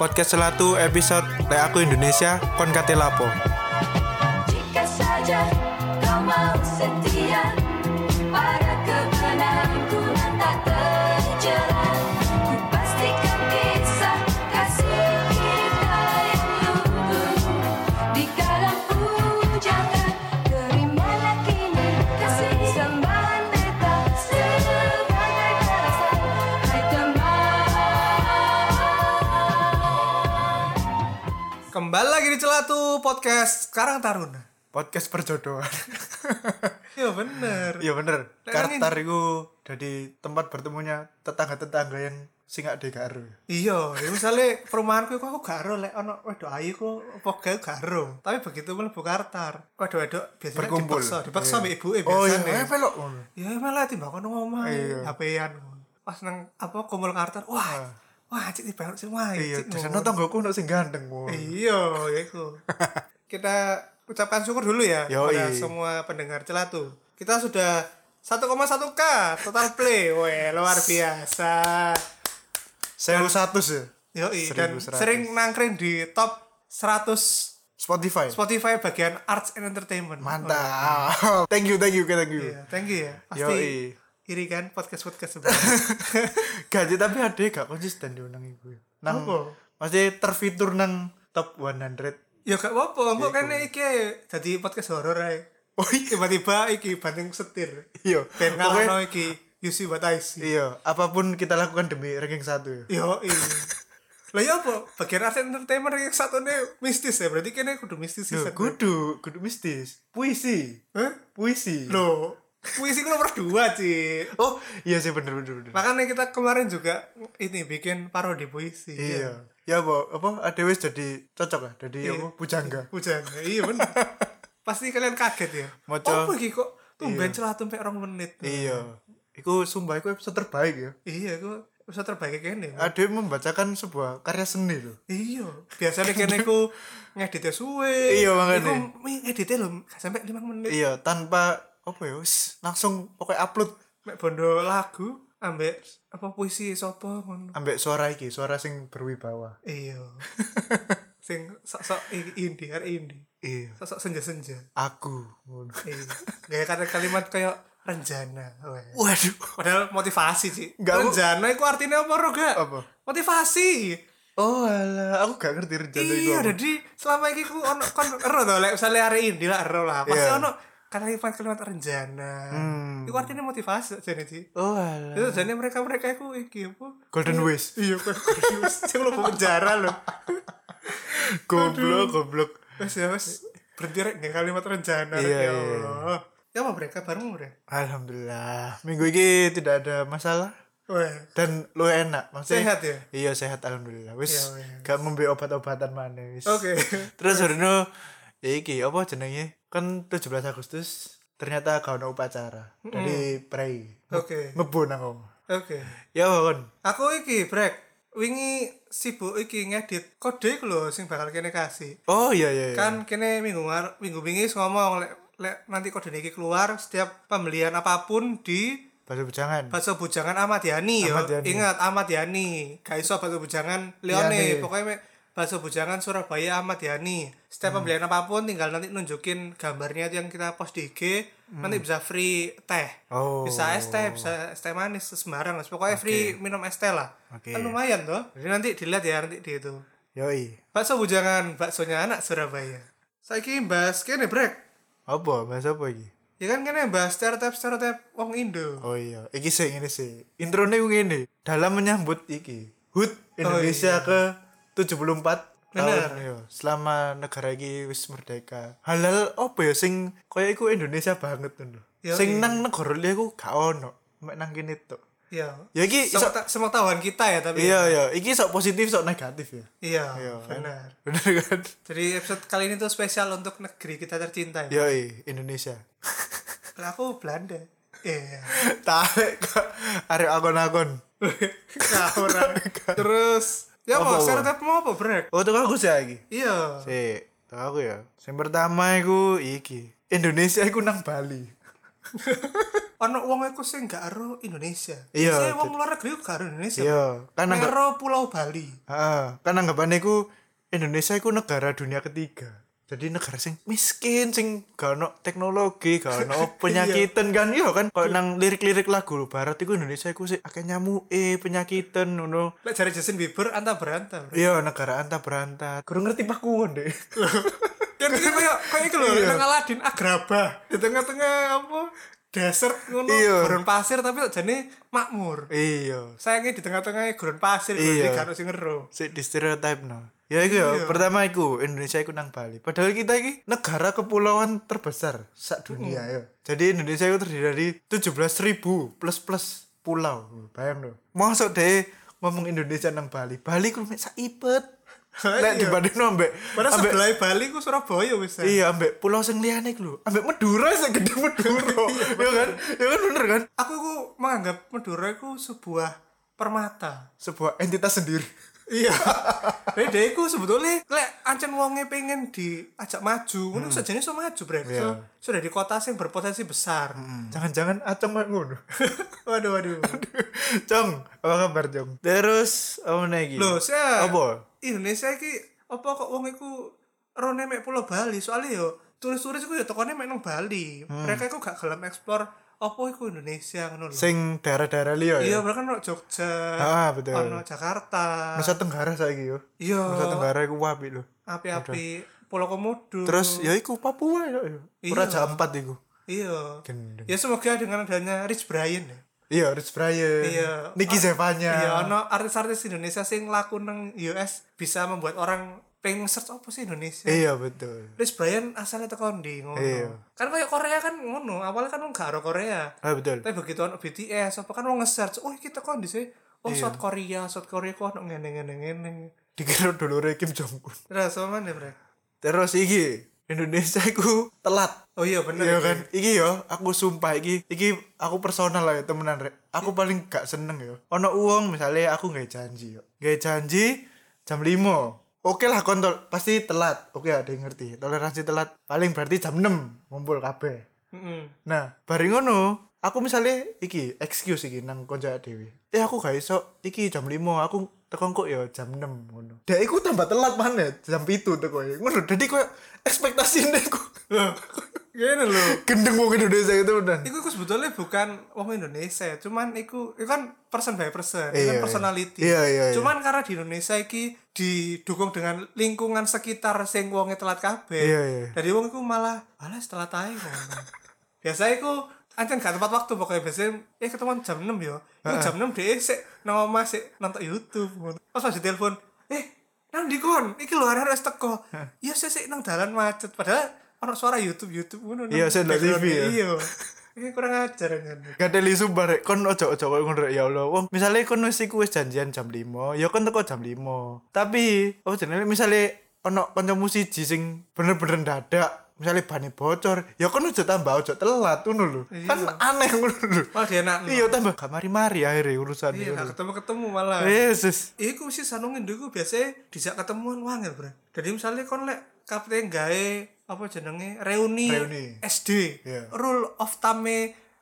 podcast selatu episode Lek Aku Indonesia kon kate lapo. Jika saja kau mau setia pada kebenanganku dan tak terjerat, ku pastikan kisah kasih kita yang lugu di kalam pujakan kerimanan kini kasih sembahan beta sebagai balasan. Hai teman. Kembali lagi di Celatu Podcast sekarang Taruna. Podcast perjodohan. Iya bener. Iya bener. Lek nang Kartar iku jadi tempat bertemunya tetangga-tetangga yang singak dekaru. Iya, ya misalnya perumahanku iku aku garo lek ono wedok ayu ku apa gawe garo. Tapi begitu mlebu Kartar, wedok-wedok biasanya Berkumpul. dipaksa, dipaksa Iya. mbek ibuke Oh iya, biasane. eh, pelok. Ya malah timbang kono ngomah, Iya. Nah. HP-an. Pas nang apa kumpul Kartar, wah. Wah, cek timbang sing wae. Iya, cik, di sana ngono. tonggoku ono sing ganteng. wah. Iya, ya itu. Kita ucapkan syukur dulu ya Yoi. kepada semua pendengar celatu. Kita sudah 1,1k total play. Weh, luar biasa. Sewu satu ya. Yoi, dan 1100. sering nangkring di top 100 Spotify. Spotify bagian Arts and Entertainment. Mantap. thank you, thank you, thank Oh, you. iya, thank you ya. Pasti Yoi. iri kan podcast-podcast sebelumnya. Gaji tapi ada gak konsisten di nang iku. Nang Apa? masih terfitur nang top 100. ya gak apa-apa, kok kan iki jadi podcast horor ae. Oh iya. Tiba-tiba iki banding setir. Iya. Ben Pokoknya- ngalahno iki You see what I see. Iya, apapun kita lakukan demi ranking satu ya. Yo, iya. Lah ya apa? Bagian aset entertainment yang satu mistis ya, berarti kene kudu mistis sih. Loh, Sen. kudu, kudu mistis. Puisi, Hah? puisi. Loh, puisi ku nomor dua, Ci. Oh, iya sih bener bener bener. Makanya kita kemarin juga ini bikin parodi puisi. iya. Ya apa, apa ada wis jadi cocok lah, jadi Iya. apa pujangga. Hujan. Iya bener. Pasti kalian kaget ya. Moco. Apa iki kok tumben celah tumpek rong menit. Iya. Iku sumpah iku episode terbaik ya. Iya, ku bisa terbaik kene. Ada yang membacakan sebuah karya seni loh. Iya, biasanya kene ku ngeditnya suwe. Iya, makanya. Iku ngeditnya lho gak sampai 5 menit. Iya, tanpa apa ya, wis, langsung pokoknya upload mek bondo lagu ambek apa puisi sapa ngono ambek suara iki, suara sing berwibawa. iya sing sok-sok i- indie hari indie Iya. sok-sok senja-senja Aku. ngono. iya gaya kata kalimat kayak renjana weh. Waduh. padahal motivasi sih Nggak, Bu. renjana itu artinya apa Ro, gak? Apa? motivasi Oh alah, aku gak ngerti rencana iku. iya apa. jadi selama ini ku ono kon ero to lek misalnya hari indie lah ero lah pasti Iya. ono kalimat kalimat renjana Hmm. itu artinya motivasi jadi sih Oh alah. itu jadi mereka mereka itu iki apa Golden Wish. iya kan sing lu penjara lo Goblok, goblok. wes ya wes berhenti rek nggak kalimat rencana rek, Iya, ya iya. Allah ya apa mereka bareng mereka Alhamdulillah. Minggu ini tidak ada masalah weh dan lu enak maksudnya Sehat ya? iya sehat alhamdulillah wis Iya, wis. gak membeli obat-obatan mana wis oke terus Bruno ya iki apa jenenge kan 17 Agustus ternyata gak ada upacara dari prei oke mebu nang om oke ya kon aku iki brek wingi sibuk iki ngedit kode iku lho sing bakal kene kasih oh iya iya iya. kan kene minggu ngar minggu wingi ngomong lek lek nanti kode iki keluar setiap pembelian apapun di baru bujangan Iya. bakso bujangan Ahmad Yani yo. Ahmad Yani. Ingat Ahmad Yani. Gak iso bakso bujangan Leone. Yani. Pokoknya me, bakso bujangan Surabaya Ahmad Yani. Setiap Hmm. pembelian apapun tinggal nanti nunjukin gambarnya itu yang kita post di IG. Nanti bisa free teh. Hmm. Oh. Bisa es teh, bisa es teh manis sembarang. lah. Pokoknya free minum es teh lah. Oke. Kan lumayan toh. Jadi nanti dilihat ya nanti di itu. yoi Bakso bujangan, baksonya anak Surabaya. Saiki bahas kene brek. apa bahasa apa iki Ya kan kene bahas stereotip-stereotip wong Indo. oh iya iki sih ini sih introne ku ngene dalam menyambut iki HUT Indonesia ke 74 Oh iya. Bener. tahun yo selama negara iki wis merdeka halal apa ya sing kaya iku Indonesia banget ngono Yo, sing iya. nang negara liya ku gak ono mek nang kene tok Ya. ya iki iso, Semua tahuan kita ya tapi. iya iya iki sok positif sok negatif ya Iya, Iya, kan? benar. bener kan Jadi episode kali ini tuh spesial untuk negeri kita tercinta ya. yo iya, Indonesia Lah aku Belanda. Iya. tarik kok arek akon-akon Nah, orang. Terus ya Apa, mau apa? stereotip mau apa brek? oh tuh aku sih iki Iya. Si, tau aku ya. Yang pertama iku iki. Indonesia iku nang Bali. ono wong iku sing gak ero Indonesia. Iya, Saya wong jadi- luar negeri iku gak ero Indonesia. Iya, kan anggap Ero Pulau Bali. heeh, kan anggapannya iku Indonesia iku negara dunia ketiga. Jadi negara sing miskin, sing gak ono teknologi, gak ono penyakitan kan yo kan. Kalau nang lirik-lirik lagu barat iku Indonesia iku sih akeh nyamuke, penyakitan ngono. Lek jare Justin Bieber anta berantem. Iya, negara anta beranta. Kurang ngerti pakuan deh. Kan iki koyo koyo iku lho Iya. nang Aladin Agrabah di tengah-tengah apa desert ngono, Iya. gurun pasir tapi kok jane makmur. iya, Sayangnya di tengah-tengah gurun pasir jadi Iya. gak ono sing ngero. sik di stereotype no. Ya iku ya, Iya. pertama iku Indonesia iku nang Bali. Padahal kita iki negara kepulauan terbesar sak dunia ya. Jadi Indonesia itu terdiri dari 17.000 plus-plus pulau. Bayang lo. Mosok deh ngomong Indonesia nang Bali. Bali ku mek sak ipet. Lek Iya. dibandingno ambek Padahal ambek sebelah Bali ku Surabaya wis. San. Iya, ambek pulau sing liyane iku lho. Ambek Madura sing gede Madura. Iya, ya kan? Ya kan bener kan? Aku ku menganggap Madura ku sebuah permata. Sebuah entitas sendiri. Iya. Jadi dia iku sebetulnya lek ancen wonge pengen diajak maju, ngono sajane iso maju, Bre. So, Hmm. Iya. Hmm. sudah di kota sing berpotensi besar. Jangan-jangan acung kayak ngono. waduh, waduh. Cong, apa kabar Cong? Terus apa lagi? Loh, saya Apa? Indonesia iki apa kok wong iku rone mek Pulau Bali? Soalnya yo turis-turis iku yo tekone mek nang Bali. Hmm. Mereka iku gak gelem eksplor apa iku Indonesia ngono lho. sing daerah-daerah liya ya. Iya, mereka ono Jogja. Ah, betul. Ono Jakarta. Nusa Tenggara saiki yo. Iya. Nusa Tenggara iku apik lho. api-api Pulau Komodo. Terus ya iku Papua ya. ya. Iya. Raja Empat iku. iya. Gendeng. Ya semoga dengan adanya Rich Brian ya. Iya, Rich Brian. Iya. Niki Ah, Zevanya. Iya, ono artis-artis Indonesia sing laku nang US bisa membuat orang pengen search apa sih Indonesia. Iya, betul. Rich Brian asalnya teko ndi ngono. Iya. Kan kayak Korea kan ngono, awalnya kan wong gak ero Korea. Ah, betul. Tapi begitu ono BTS apa kan wong nge-search, oh kita teko ndi sih? Oh, Iya. South Korea, South Korea kok ono ngene-ngene ngene. Dikira dulure Kim Jong Un. Terus apa mana, Bre? Terus iki Indonesia iku telat. Oh iya bener. Iya iki. kan? Iki yo, aku sumpah iki, iki aku personal lah ya temenan rek. Aku paling gak seneng yo. Ono uang misalnya aku nggak janji yo. Nggak janji jam 5. Oke lah kontol, pasti telat. Oke ada yang ngerti. Toleransi telat paling berarti jam 6 ngumpul kabeh. Mm-mm. Nah, bareng ngono, aku misalnya iki excuse iki nang konco dewi. Eh aku gak iso iki jam 5 aku tekon kok ya jam 6 ngono. Dek iku tambah telat maneh jam 7 teko. ya. Ngono dadi koyo ekspektasine iku. Gini loh. Gendeng wong Indonesia itu benar. Ya, Iku, iku sebetulnya bukan wong Indonesia, ya. cuman iku, iku kan person by person, iku Iya, kan iya. personality. Iya, iya, iya. Cuman karena di Indonesia iki didukung dengan lingkungan sekitar sing wonge telat kabeh. Iya, iya. Dari wong iku malah alas telat ae ngono. Biasa iku ancen gak tepat waktu pokoknya biasanya eh ketemuan jam 6 yo. Iku jam 6 dhek sik nang omah sik nonton YouTube ngono. Pas pas ditelepon, "Eh, nang ndi kon? Iki lho arek wis teko." Iya sik sik nang dalan macet. Padahal ono suara YouTube-YouTube ngono. nang Iya, sik nang background-nya. TV ya. Iya. Ini kurang ajar kan. Gak ada lisu barek kon ojo ojo koyo ngono rek, ya Allah. Wong misale kon wis iku wis janjian jam 5, ya kon teko jam 5. Tapi oh jenenge misale ono kancamu siji sing bener-bener dadak, misale bane bocor, ya kon ojo tambah ojo telat ngono lho. Kan aneh ngono lho. Malah dienakno. Iya tambah gak mari-mari akhirnya urusan Iya, itu. gak ketemu-ketemu malah. Iya, Yesus. Iku sih sanungin dulu biasanya dijak ketemuan wangil, Bro. Jadi misalnya kon lek kapten gawe apa jenenge reuni, Reuni. SD. Iya. Rule of thumb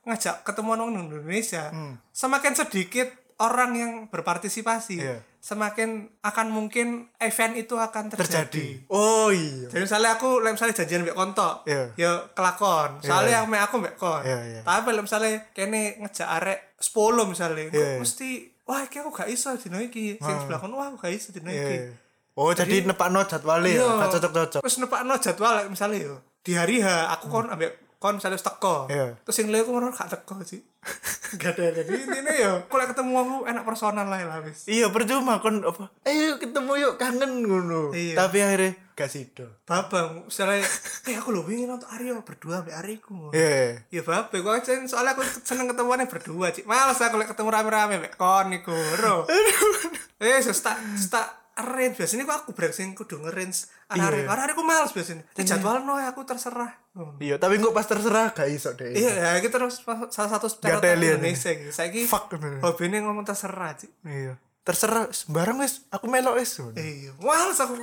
ngajak ketemuan orang Indonesia. Hmm. Semakin sedikit orang yang berpartisipasi, Iya. semakin akan mungkin event itu akan terjadi. Terjadi. Oh iya. Jadi misalnya aku lek misalnya janjian mbek konto, Iya. ya kelakon. Soalnya yang mek aku mbek kon. Iya, iya. Tapi lek misalnya kene ngejak arek 10 misalnya, kok Iya, iya. mesti wah iki aku gak iso dino iki. Sing sebelah kon wah aku gak iso dino iki. Iya. Oh jadi, nepakno jadwale ya, gak cocok-cocok. Hmm. Terus nepakno jadwal like, misalnya yo di hari H aku kon ambek kon misalnya wis teko. Iya. Terus sing liya aku ngono gak teko sih. gak ada jadi intine yo aku lek ketemu aku enak personal lah ya, lah wis. Iya percuma kon apa? Ayo ketemu yuk kangen ngono. Iya. Tapi akhirnya gak sido. Babang, misalnya, eh aku lho pengen nonton Aryo berdua ambek Ariku. Iya. Ya babe, gue aja soalnya aku seneng ketemuannya berdua, Cik. Males aku lek ketemu rame-rame mek kon iku, Bro. Eh, sus tak sus tak arrange biasanya aku aku break sing kudu nge-range Iya. arek-arek. Arek-arek ku males biasanya. Di jadwalno ya, aku terserah. Hmm. Iya, tapi kok pas terserah gak iso deh. Iya, ya iki terus salah satu stereotip teli ini. Indonesia iki. Saiki Fuck, bener. hobine ngomong terserah, Cik. Iya. Terserah sembarang wes, aku melok wes. Iya, males aku.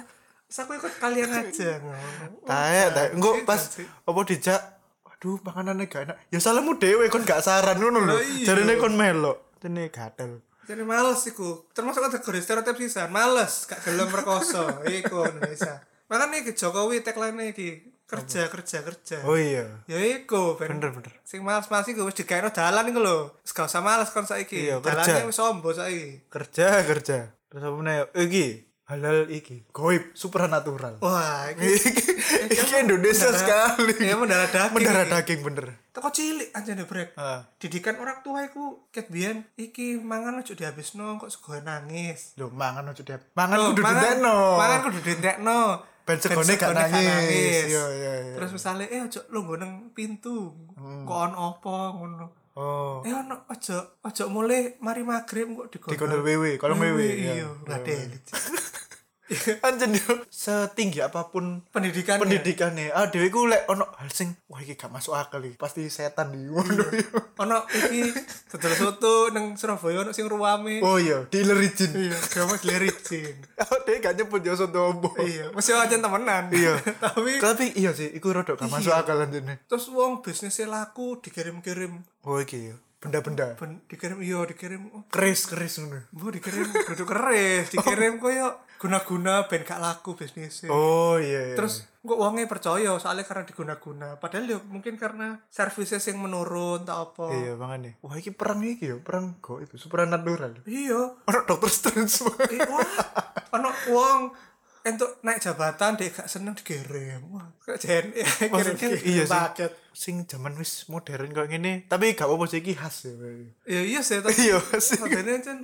Terus aku ikut kalian aja ngono. Tae, tae. Engko pas Sih. apa dijak wah, duh makanannya gak enak ya salahmu dewe kon gak saran ngono lho Lah iya. jarine kon melok jane gatel jadi males iku termasuk kategori stereotip sisan males gak gelem perkoso iku Indonesia makanya iki Jokowi tagline iki kerja kerja kerja oh iya ya iku ben bener bener sing males-males iku wis digaeno dalan iku lho wis gak usah males kon saiki Iya, kerja. dalane wis ombo saiki kerja kerja terus apa meneh Eh, iki halal iki Oh, eh, goib supranatural wah iki iki iki Indonesia sekali ya mendarah daging mendarah iki. Eh, daging bener teko cilik aja nih brek Ah. didikan orang tua iku ket biyen iki mangan ojo dihabisno kok sego nangis lho mangan ojo dia mangan Oh, kudu mangan- didekno Mangan kudu dintekno. Ben segone gak segone nangis. Iya, iya, iya. Hmm. Terus misalnya eh ojo lungguh nang pintu. Kok ono apa ngono. oh Eh ono ojo ojo mulai mari magrib kok digono. Digono wewe, kalau wewe, iya. Iya, enggak Wewe. ada. anjen yo Kan setinggi apapun Pendidikan. ya? pendidikannya ah dewe ku lek ono hal sing wah iki gak masuk akal iki pasti setan iki iya. ngono yo Ono iki dodol soto nang Surabaya ono sing ruame. oh iya dealer izin Iya, drama lericin. oh dewe gak nyebut yo soto ombo Iya, mesti aja temenan. oh. iya Tapi tapi iya sih iku rodok gak masuk akal anjene terus wong bisnisnya laku dikirim-kirim oh iki yo benda-benda ben, dikirim iya dikirim oh, keris keris ngono Bu dikirim duduk keris, dikirim koyo guna-guna ben gak laku bisnisnya. oh iya, iya. Terus kok uangnya percaya soalnya karena diguna-guna. Padahal ya mungkin karena servisnya yang menurun tak apa. iya makanya wah iki perang iki yo perang kok itu supranatural Iya. ono dokter strange Eh, wah, ono uang entuk naik jabatan dia gak seneng dikirim. Wah, kayak JNE kirim Maksudnya, iya sih. paket. sing zaman wis modern kok ngene tapi gak apa-apa sih iki khas ya Iya iya sih tapi Iya, sih. Makanya kan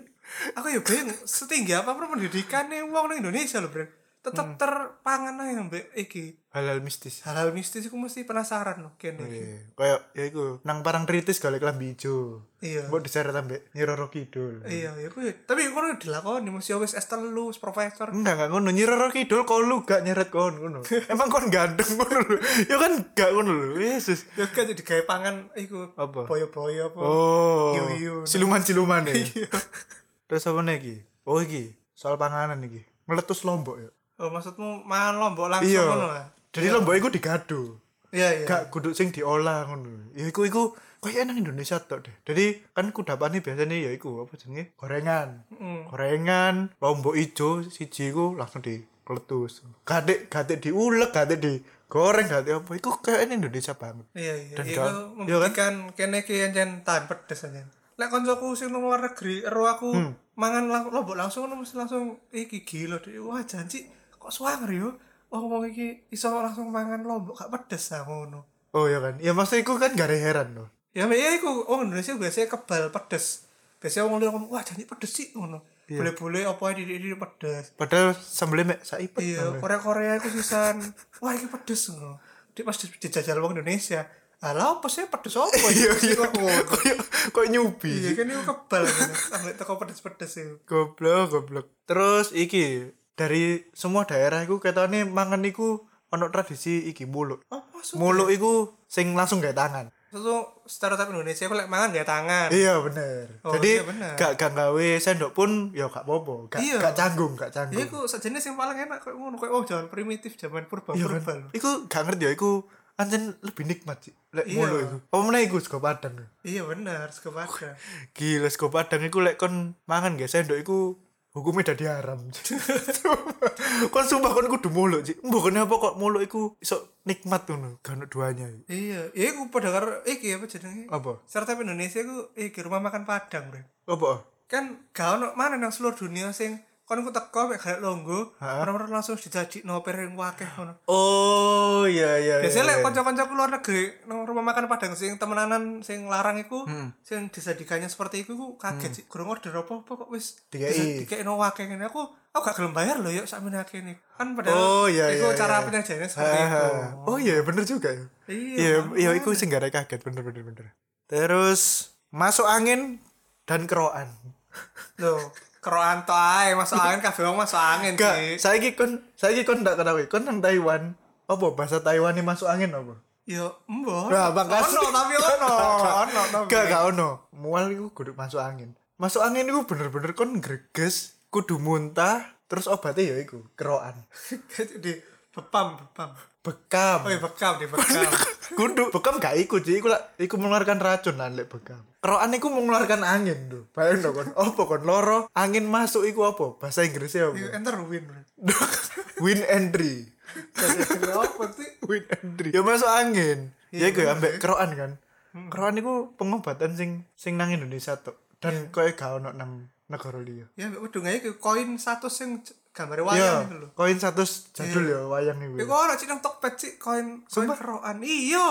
aku ya bayang setinggi apa pun pendidikannya uang nang Indonesia loh, Bro. Hmm. Tetep terpangan aja mbek iki. halal mistis hal-hal mistis aku mesti penasaran loh kene iki. Iya, kayak ya iku nang parang kritis golek lambi ijo. Iya. Mbok diseret ambek Nyiroro Kidul. iya iya kuwi tapi kono dilakoni mesti wis S3 wis profesor Enggak enggak ngono Nyiroro Kidul kok lu gak nyeret kon ngono. Emang kon gandeng ngono lho. Ya kan gak ngono lho. Yesus. ya kan jadi gawe pangan iku Apa? boyo-boyo apa Oh. Hiu-hiu. Siluman-siluman ya. Iya. Terus apa nih iki? Oh iki, soal panganan iki. Meletus lombok ya. oh, maksudmu mangan lombok langsung Iya. ngono lah Jadi lombok iku digado. iya iya Gak kudu sing diolah ngono. Ya iku iku kayak nang Indonesia tok deh. Jadi kan kudapane biasanya ya iku apa jenenge? Gorengan. Mm. gorengan lombok ijo siji iku langsung di keletus gatik gatik diulek gatik digoreng gatik apa iku kayaknya Indonesia banget iya iya Dan iku kan- iya kan? membuktikan kene iki ancen tahan pedes ancen lek koncoku sing nang luar negeri ero aku Hmm. mangan lang- lombok langsung ngono mesti langsung iki gila deh wah janji kok suwanger yo oh wong iki iso langsung mangan lombok gak pedes ah ngono oh ya kan ya maksudnya iku kan gak ada heran loh ya mbak, ya iku orang oh, Indonesia biasanya kebal pedes biasanya orang luar ngomong wah jadi pedes sih ngono boleh boleh apa di di pedes padahal sambelnya mek saipet iya namanya. Korea Korea aku sisan wah ini pedes ngono dia pas di- dijajal orang Indonesia alah apa sih pedes apa iya ya iya Kok ngono. kok kok nyubi iya kan itu kebal ngono. sampai teko pedes pedes itu goblok goblok terus iki dari semua daerah iku ketone mangan iku ono tradisi iki muluk apa sih muluk iku sing langsung gak tangan itu stereotip Indonesia aku lek mangan gak tangan iya bener Oh, jadi iya, bener. gak gak gawe sendok pun ya gak apa-apa gak, Iya. gak canggung gak iya canggung aku sejenis yang paling enak kayak ngono kayak oh jangan primitif zaman purba Iya purba kan? Iku gak ngerti ya, iku anjen lebih nikmat sih. Lek Iya. mulu iku. Apa meneh iku sego padang. iya benar sekepada Gila sego padang iku lek kon mangan gak sendok iku hukumnya dadi haram. kon sumpah kon kudu mulu sih. Mbok kenapa kok mulu iku iso nikmat ngono, gak ono duanya. iya iya aku pada karo iki apa jenenge Apa? Serta Indonesia ku iki rumah makan Padang, Bro. Apa? Kan gak ono mana nang seluruh dunia sing kon ku teko mek gak longgo, Ha? orang-orang langsung dijaji noper yang wakeh ngono. Oh, iya iya. iya, Biasanya lek iya. kanca-kanca ku luar negeri nang rumah makan Padang sing temenanan sing larang iku, Hmm. sing disajikannya seperti iku ku kaget sih. Kurang order apa-apa kok wis Dikei. dikekno wakeh ngene. Aku aku gak gelem bayar lho ya sak menake ini. Kan padahal Oh, iya iku iya. cara iya. penyajiannya seperti Ah, itu. Oh iya, bener juga ya. Iya, iya iku sing gak ada kaget bener bener bener. Terus masuk angin dan keroan. Loh, keroan to ae masuk angin kabeh wong masuk angin sih. Enggak, saiki kon saiki kon ndak ketahui. Kon nang Taiwan. Apa bahasa Taiwan masuk angin apa? Ya, embo. Nah, makasih. Ono tapi ono, ono tapi. Enggak, enggak ono. Mual iku kudu masuk angin. Masuk angin iku bener-bener kon greges, kudu muntah, terus obatnya ya iku keroan. Di Bepam, bepam. bekam Oh iya, bekam di bekam. kudu bekam gak ikut sih iku lah iku mengeluarkan racun lah lek bekam keroan iku mengeluarkan angin tuh bayang dong kon opo kon loro angin masuk iku apa bahasa Inggrisnya You apa enter win. bro. wind entry Jadi kenapa sih? wind entry ya masuk angin ya Iya, gue bener Hmm. ambek sih. keroan kan keroan iku pengobatan sing sing nang Indonesia tuh dan Iya. koyo gak ono nang negara liya Ya, udah aja ke koin satu sing gambar Iya, wayang itu loh. koin satu jadul Iya. ya wayang Ya iku kok orang cik nang Tokped sih koin koin Sumpah? keroan. Iya.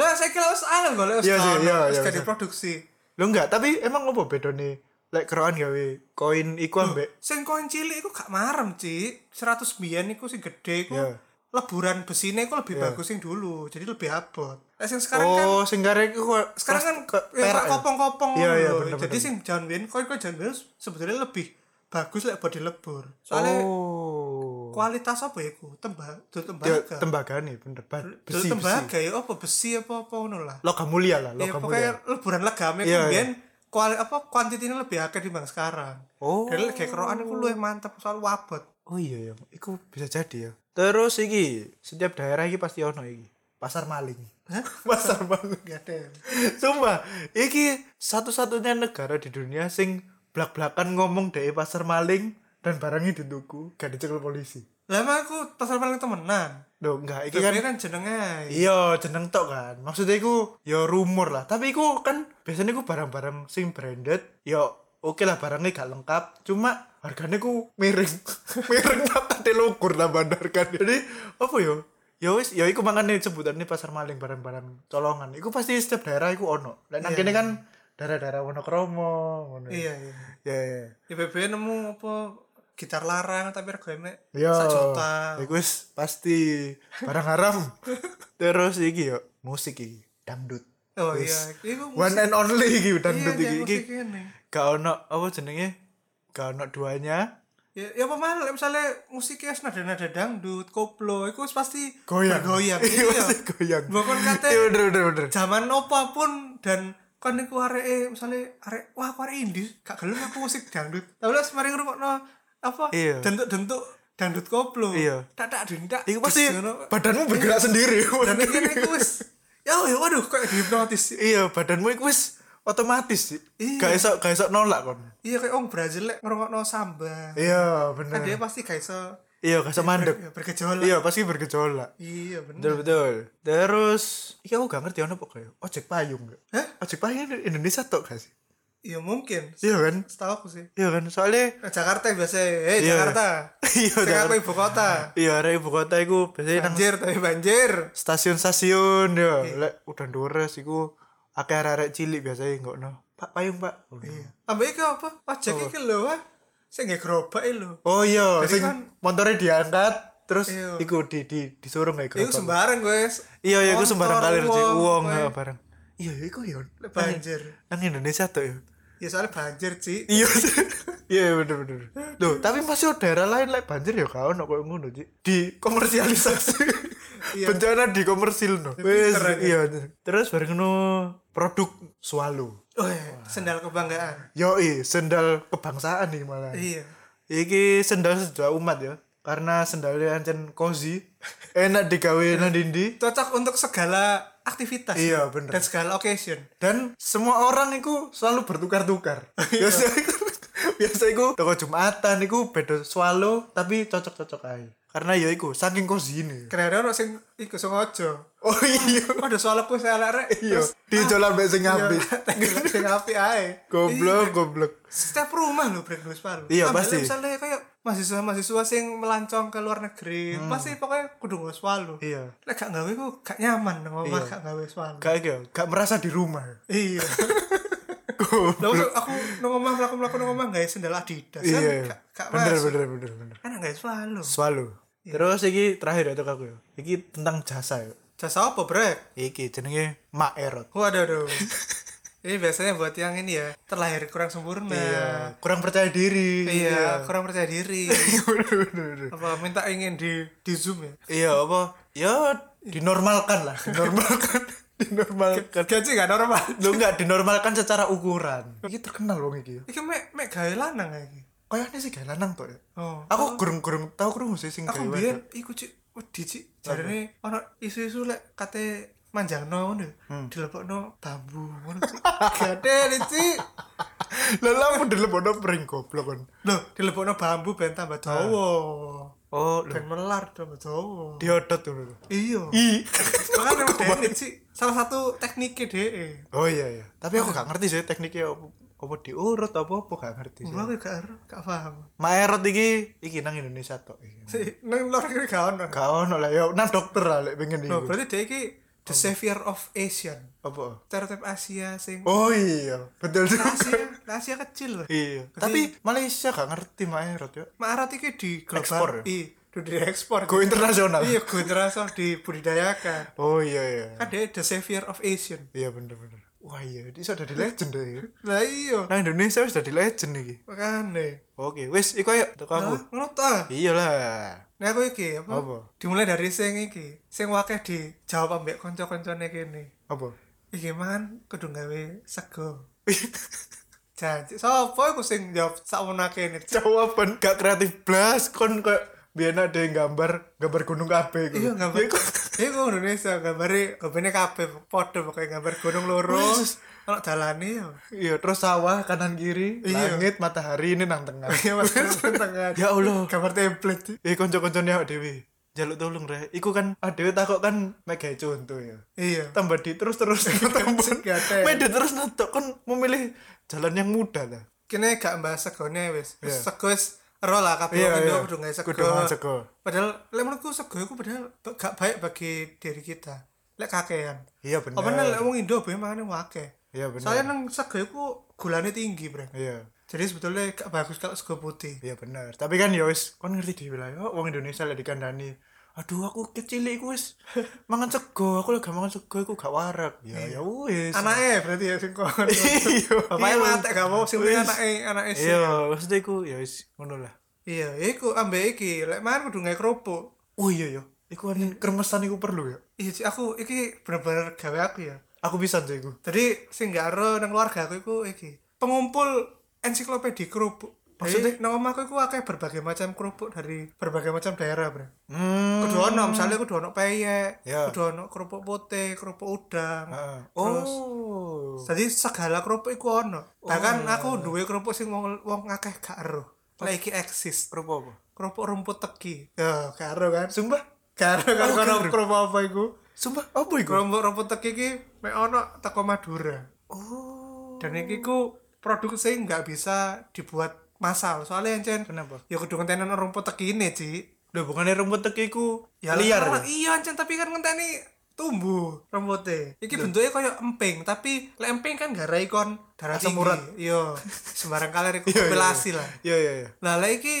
Lah saya kira wis angel golek wis Iya sih, tahun, iya, wis iya, gak bener. diproduksi. Lo enggak, tapi emang apa bedone lek keroan gawe koin iku ambek Sing koin cilik iku gak marem, Cik. 100 biyen iku sing gede iku Iya. leburan besine iku lebih Iya. bagus sing dulu. Jadi lebih abot. Lah sing sekarang kan Oh, sing karek iku kok- sekarang kan ke- ya, perak ya? kopong-kopong Iya, iya, lho. bener, Jadi bener. sing jangan win koin koin jangan win sebetulnya lebih bagus lek buat dilebur. Soalnya oh. kualitas apa ya iku? Tembaga, Ya, tembaga. tembaga nih bener ba- Dul besi besi tembaga ya apa besi apa apa ngono lah. logam mulia lah Ya logam mulia pokoknya leburan legame Iya, kemudian kuali apa kuantitinya lebih akeh dibanding sekarang. Oh. Dan kayak keroan aku luwih mantep soal wabot. oh iya ya iku bisa jadi ya terus iki setiap daerah iki pasti ono iki pasar maling pasar maling ya. Gak ada. yang- sumpah iki satu-satunya negara di dunia sing blak-blakan ngomong dari pasar maling dan barangnya dituku gak dicekel polisi Lah emang aku pasar paling temenan. Loh, enggak iki Iki kan kan jenenge. Iya, jeneng tok kan. Maksudnya iku ya rumor lah. Tapi iku kan biasanya iku barang-barang sing branded, ya oke lah barangnya gak lengkap. Cuma harganya ku miring. miring tak ada lukur lah bandar kan. Jadi apa yo? Ya wis, ya iku makane sebutannya pasar maling barang-barang colongan. Iku pasti setiap daerah iku ono. Lah nang Iya. kene kan daerah-daerah Wonokromo ngono. Iya iya. Ya, ya. IPB nemu apa gitar larang tapi regane Yo, sak juta. Iya. iku wis pasti barang haram. Terus iki yo musik iki, dangdut. Oh Wis. iya, iku One and only iki dangdut Iya, iki. iya, Iki musik ini. gak ono apa jenenge? Gak ono duanya. Ya, ya apa malah misalnya musiknya nada-nada dangdut, koplo, itu pasti Goyang. bergoyang. Iya, pasti goyang. Bukan kata Iya bener bener bener. zaman opo pun dan kan niku areke misale arek wah aku arek indie gak gelem aku musik dangdut tapi lah semaring ngrungokno apa Iya. dentuk-dentuk dangdut koplo Iya. tak tak dendak Iku pasti Terus ngono. badanmu bergerak sendiri. dan iki niku wis ya ya waduh kayak dihipnotis Iya, badanmu iku wis otomatis sih. Iya. Gak iso gak iso nolak kon. iya kayak orang Brazil lek ngrungokno samba Iya, kan bener. dia pasti gak iso Iya, gak iso mandek. ber- bergejolak Iya, pasti bergejolak. iya Betul bener betul. Terus, iki aku gak ngerti ono apa kayak ojek payung gak? Hah? Ojek payung di Indonesia tok gak sih? iya mungkin Iya kan? setahu aku sih Iya kan? Soalnya Nah, Jakarta biasa eh Iya. Jakarta Iya, Jakarta Jakarta. ibu kota iya arek ibu kota iku biasanya nang banjir tapi banjir stasiun-stasiun ya. Iya. Lek udah ndures iku akeh arek-arek cilik biasanya enggak no. Pak payung, Pak. Oh, Iya. Ambil iki apa? Pajak iki lho, wah. Sing nggih gerobak iki lho. Oh iya, Jadi sing kan- motornya diangkat terus Iya. iku di di disuruh nggak Ya, Iku gerobak. sembarang guys. Iya, iya iku sembarang kalir sih uang ya ya. barang. Iya, iya, iku yo. Banjir. Nang Indonesia tuh ya. Ya soalnya banjir, Ci. iya iya iya, bener bener loh tapi masih daerah lain like banjir ya kau nak kayak ngono Ci. di komersialisasi Iya. bencana di komersil no Pinter Wes, aja. iya terus bareng no produk swallow Oh, iya. sendal kebanggaan. yoi sendal kebangsaan nih malah Iya. iki sendal sejuta umat ya karena sendalnya ancen cozy enak digawe nang dindi Cocok untuk segala aktivitas. Iya, bener. Dan segala occasion. dan semua orang itu selalu bertukar-tukar Iya. biasa biasa itu toko jumatan itu beda swallow tapi cocok-cocok aja karena ya iku saking cozy ini Kadang-kadang ono sing iku sengaja. oh iya Waduh, soalnya aku saya arek. iya dia jalan mbak sing Iya, ngambil sing apik ae. goblok goblok setiap rumah loh break dulu separuh Iya, Ambil pasti. misalnya kayak mahasiswa mahasiswa sing melancong ke luar negeri pasti pokoknya kudu nggak swallow Hmm. Iya. lah gak ngawe ku gak nyaman dong ngomong Iya. gak ngawe swallow gak gak gak merasa di rumah iya Goblok. lalu aku nang omah melaku melaku nang omah nggak sendal adidas kan iya gak- Iya. gak bener masuk. bener bener bener kan nggak swallow swallow terus iki terakhir ya toko aku ya iki tentang jasa ya jasa apa brek iki jenenge mak erot waduh aduh ini biasanya buat yang ini ya terlahir kurang sempurna iya kurang percaya diri Iya, kurang percaya diri Bener, bener, bener. apa minta ingin di di zoom ya iya apa ya dinormalkan lah dinormalkan Eh, dinormalkan gaji gak normal lo nggak dinormalkan secara ukuran ini terkenal wong iki ya. Iki mek mek gawe lanang iki. kayaknya sih gak lanang tuh ya Oh. aku gurung gurung tahu kurung sih sing Aku gawe biyen wedok. iku cik wedi sih jarene ono isu-isu lek kate manjangno ngono hmm. dilebokno bambu ngono sih gadel sih Lah lah mun dilebono pring goblok kon. lho dilebokno bambu ben tambah dawa Oh, lho. ben melar tambah dawa Diodot ngono. iya I. bahkan memang dene sih salah satu tekniknya deh Oh iya iya. Tapi aku gak ngerti sih tekniknya apa apa diurut apa apa gak ngerti sih. gua aku gak ero- gak paham Maerot iki iki nang Indonesia tok iki. sih nang luar kiri gak ono Gak ono lah ya nang dokter lah lek pengen Loh, iku. Oh, berarti dia ini the savior of Asian Apa? stereotip Asia sing Oh iya, betul juga. Asia Asia kecil loh Iya. Berarti- Tapi Malaysia gak ngerti Maerot ya. Marat iki di global Ekspor ya? i udah di ekspor Go internasional. iya gue terasa dibudidayakan Oh iya iya. kan dia the savior of Asian Iya bener bener. Wah iya, ini sudah di legend deh. lah iya Nah Indonesia sudah di legend iki. makanya Oke, wis iku ayo teko aku. Lah, ngono ta Iyalah. nah aku iki apa? Apa? dimulai dari sing iki sing wakil di jawab ambek konco-koncone kene Apa? iki man kudu gawe sego janji sapa iku sing jawab sakmenake ini Jawaban gak kreatif blas kon kayak biar ada yang gambar gambar gunung kabeh iku. Ya, iya gambar iya kok Indonesia gambare gambarnya kabeh podo pokoknya gambar gunung loro anak dalane ya Iya, terus sawah kanan kiri, Iya. langit, matahari ini nang tengah. iya mas tengah ya Allah. gambar template Eh kanca-kancane awak dhewe. Jaluk tolong rek. Iku kan awak dhewe takok kan mek gawe contoh ya. iya Tambah di terus terus tambah. Gatel. Mede terus natok kon memilih jalan yang mudah lah. kini gak bahas segone wis Iya. wis sego wis ero lah kabeh Iya, wong Indo iya. kudu gawe sego Kudu mangan sego. padahal lek menurutku sego iku padahal ba- gak baik bagi diri kita lek kakean Iya, bener. apa nih Oh, lek wong Indo bae mangane akeh Iya, bener. soalnya nang sego iku gulane tinggi bro Iya. jadi sebetulnya gak bagus kalau sego putih Iya bener. Tapi kan ya wis, kon ngerti dhewe lah ya wong Indonesia lek dikandani. Aduh aku kecil iku wis mangan sego, aku lek gak mangan sego iku gak warak. Ya ya wis. anaknya berarti ya sing kon Iya. bapaknya Iya. mati gak mau sing penting Wis. anaknya anaknya sih Iya, maksudnya iku ya wis ngono lah. iya iku ambek iki lek mangan kudu gawe kerupuk Oh iya ya. Iku kan kremesan iku perlu ya. iya Ci, aku iki bener-bener gawe aku ya Aku bisa tuh iku. Jadi sing gak ero nang keluarga aku iku iki, pengumpul ensiklopedia kerupuk. Maksudnya? Maksudnya nang omahku iku akeh berbagai macam kerupuk dari berbagai macam daerah, Bro. Hmm. Kudu ono misalnya kudu ono peyek, Ya. kudu ono kerupuk putih, kerupuk udang. Heeh. Terus Oh. jadi segala kerupuk iku ono. Bahkan aku duwe kerupuk sing wong wong akeh gak ero. Lek iki eksis. Rupa apa? Kerupuk rumput teki. Ya, gak ero kan. Sumpah? Gak ero kan Oh, gak kono ero. kerupuk apa iku? Sumpah apa iku? Kerupuk rumput teki iki mek ono teko Madura. Oh. dan ini ku produk sing nggak bisa dibuat massal soalnya encen Kenapa? ya kudu ngenteni nang rumput tekine ci Lho bukannya rumput teki iku ya liar. karena- ya? iya encen tapi kan ngenteni tumbuh rumputnya iki Iya. bentuknya kaya emping tapi lek emping kan gara ikon darah Asam tinggi urat. iya sembarang kali Iya, iku iya, kompilasi lah Iya iya iya. lah lek iki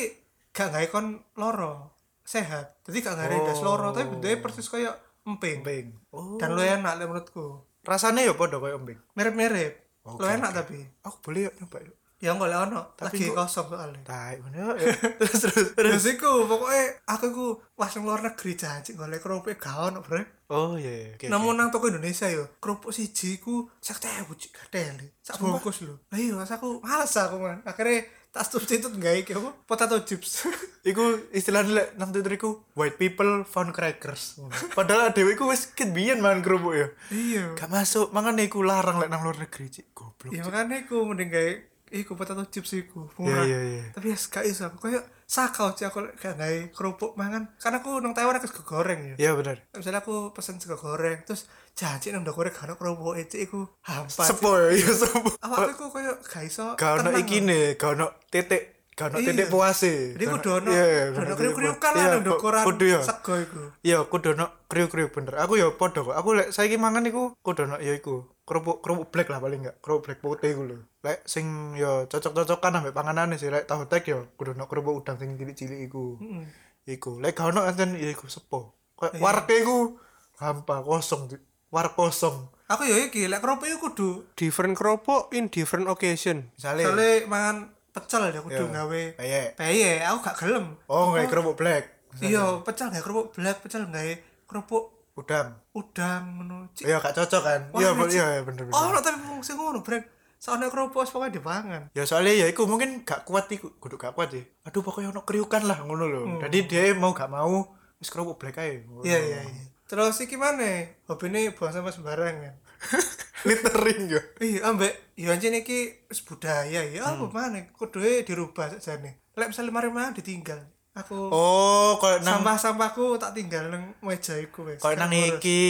gak gara ikon loro sehat jadi gak gara ndas Oh. loro tapi bentuknya persis kaya emping, Emping. Oh. dan lu enak lek menurutku Rasanya ya padha koyo emping. mirip-mirip Oke, lu enak oke. tapi Aku boleh yuk nyoba yuk. ya nggak lek ono Tapi lagi kok- kosong soalnya Tai ngono yuk. Terus terus terus. Terus iku pokoknya aku ku pas nang luar negeri janji golek kerupuk gak ono, Bro. Oh iya. iya. Oke, Namun nang toko Indonesia yo, kerupuk siji ku 60.000 cik gadel. Sak bungkus lho. Lah iya, mas aku males aku man. Akhirnya tak substitute gawe iki apa? Potato chips. oke. Iku istilahnya lek nang Twitter iku white people found crackers. Padahal dhewe iku wis ket biyen mangan kerupuk ya. iya. Gak masuk, makanya iku larang lek nang luar negeri, Cik. Goblok. Ya makanya aku mending gawe iku potato chips iku. Iya, Murah. iya, iya. Tapi ya gak iso aku koyo sakau cik aku lek gak gawe kerupuk mangan. Karena aku nang Taiwan aku goreng ya. Iya benar. Misalnya aku pesen sego goreng, terus janji nang goreng gak ono kerupuk itu iku hampa. Cik. Sepo ya, iya sepo. awalnya aku kayak gak iso Gak ono tenang, iki loh. ne, gak ono titik, gak ono Iya. titik puase. jadi aku Gak dono iya, iya, gak dono ono titik kriuk-kriukan puas. lah Iya, dono kok- koran Kudu ya. sego iku Iya, kudu ono kriuk-kriuk bener. Aku ya podo kok. Aku lek saiki mangan iku kudu ono ya iku. Kerupuk kerupuk black lah paling enggak. Kerupuk black putih iku lho. Lek sing ya cocok-cocokan ambek panganane sih lek tahu tek ya kudu ono kerupuk udang sing cilik-cilik iku. Iku. Lek gak ono kan ya iku sepo. Kayak warke iku hampa kosong. Cik. War kosong. aku ya iki lek kerupuk iku kudu different keropok in different occasion Misale soalnya mangan pecel ya kudu Iya. gawe Peyek. peye aku gak gelem Oh, kayak kerupuk black. iya pecel gawe kerupuk black pecel gawe kerupuk Udang. udang ngono Cik, Iya gak cocok kan? Iya wah, bu- Cik. iya iya, bener bener. oh no, tapi fungsi ngono brek soalnya kerupuk wis pokoke dipangan Ya soalnya ya iku ya. mungkin gak kuat iku, kudu gak kuat sih. Aduh pokoknya ono kriukan lah ngono lho. Jadi dia mau gak mau wis kerupuk black ae. Ngono. Hmm. iya iya iya terus iki mana hobi ini buang sampah sembarang kan Littering yo. iya ambek iya anjir iki wis budaya ya apa Hmm. mana kudunya dirubah saja nih lek misalnya mari-mari ditinggal aku Oh, koyo nang sampah-sampahku tak tinggal nang meja iku wis koyo nang Kanguru. iki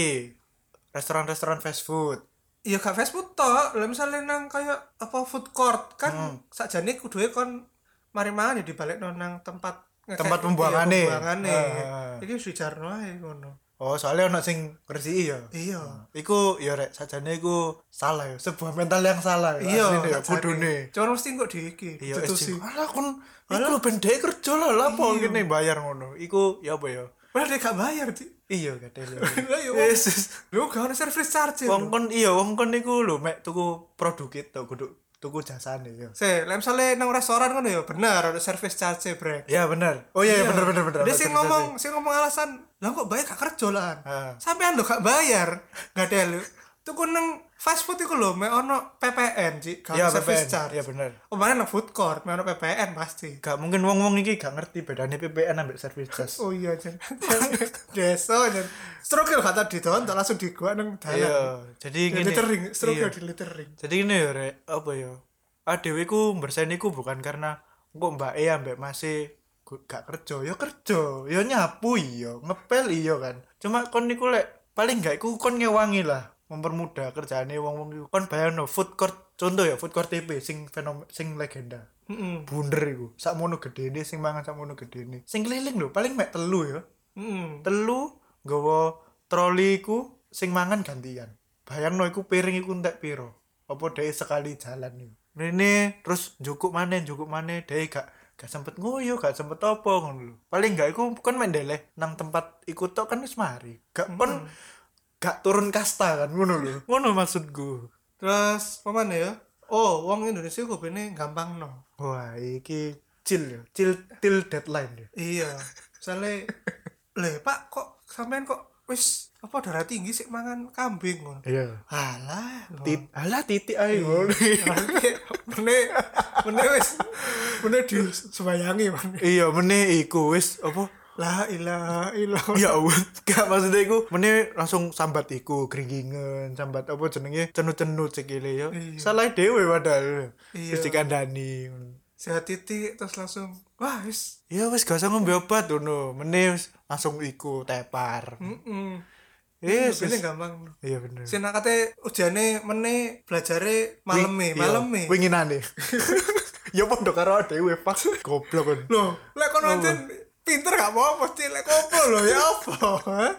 restoran-restoran fast food. iya gak fast food toh lah misalnya nang kayak apa food Hmm. court kan sakjane kuduwe e kon mari mangan ya dibalik nang tempat Tempat pembuangane. pembuangane Ah. iki wis dijarno ae ngono Oh, soalnya ono sing ngerti yo. iya Iku yo rek sajane iku salah yo, sebuah mental yang salah yo. iya asline yo sakjane. kudune. cuman mesti kok di iki Iya, sih. ditusi Alah Iya. kon iku ben dhek kerja lah lah apa ngene bayar ngono. Iku ya apa ya? padahal dia gak bayar di Iya gak ada. Lah, ya, wong- Yesus. lu gak ada service charge Wong lho kon iya wong kon iku lho mek tuku produk itu kudu tuku jasane ya. yo. Se, lah misalnya nang restoran kan ya bener ada service charge brek. Ya bener. Oh iya, iya bener bener bener. Ada Dia sih jasane. ngomong, sih ngomong alasan, lah kok bayar gak kerja lah. Ah. Sampean lo gak bayar, gak ada lu. Tuh neng fast food itu lo, me ono PPN sih, gak Iya ono service PPN. charge. Iya bener. Kemarin nang food court, me ono PPN pasti. Gak mungkin wong-wong iki gak ngerti bedane PPN ambek service charge. Oh iya jen, deso jen. Stroke lo kata di tahun, langsung di gua neng dalam. Iya, jadi Di gini. littering, stroke iya. di littering. Jadi gini ya, Rek, apa ya? Adewe ku bersaing iku bukan karena kok Mbak E ambek Mas E gu- gak kerja, ya kerja, ya nyapu iya, ngepel iya kan. Cuma kon niku lek paling gak iku kon ngewangi lah, mempermudah kerjaane wong-wong iku. Kon bayangno food court, contoh ya food court TP sing fenom sing legenda. Mm Bunder iku, sakmono gedene sing mangan sakmono gedene. Sing keliling lho, paling mek telu ya. Hmm. telu nggawa troli iku sing mangan gantian bayangno iku piring iku entek piro apa dhek sekali jalan iku rene terus cukup mana cukup mana dhek gak gak sempet ngoyo gak sempet apa ngono lho paling gak iku kan mendeleh nang tempat iku tok kan wis mari gak pun gak turun kasta kan ngono lho ngono maksudku Terus, apa mana ya? Oh, wong Indonesia gue gampang no. wah iki chill ya chill till deadline ya iya misalnya leh pak kok sampean kok wis apa darah tinggi sih mangan kambing ngono iya alah tit Iya, alah titik ae ngono. mene mene wis mene di sebayangi mene iya meneh iku wis apa la ilaha illallah ya Allah gak maksudnya iku mene langsung sambat iku gringgingen sambat apa jenenge cenut-cenut sekile ya Iya. salah dhewe padahal Iya. wis dikandani sehat titik terus langsung wah wis ya wis gak usah ngombe obat ngono mene wis langsung iku tepar mm yes ini wis. gampang iya bener sih nak kate ujane mene e, belajare Iya, maleme maleme winginane ya podo karo dhewe pas goblok kan loh lek kon pancen pinter gak apa-apa sih lek opo lho ya apa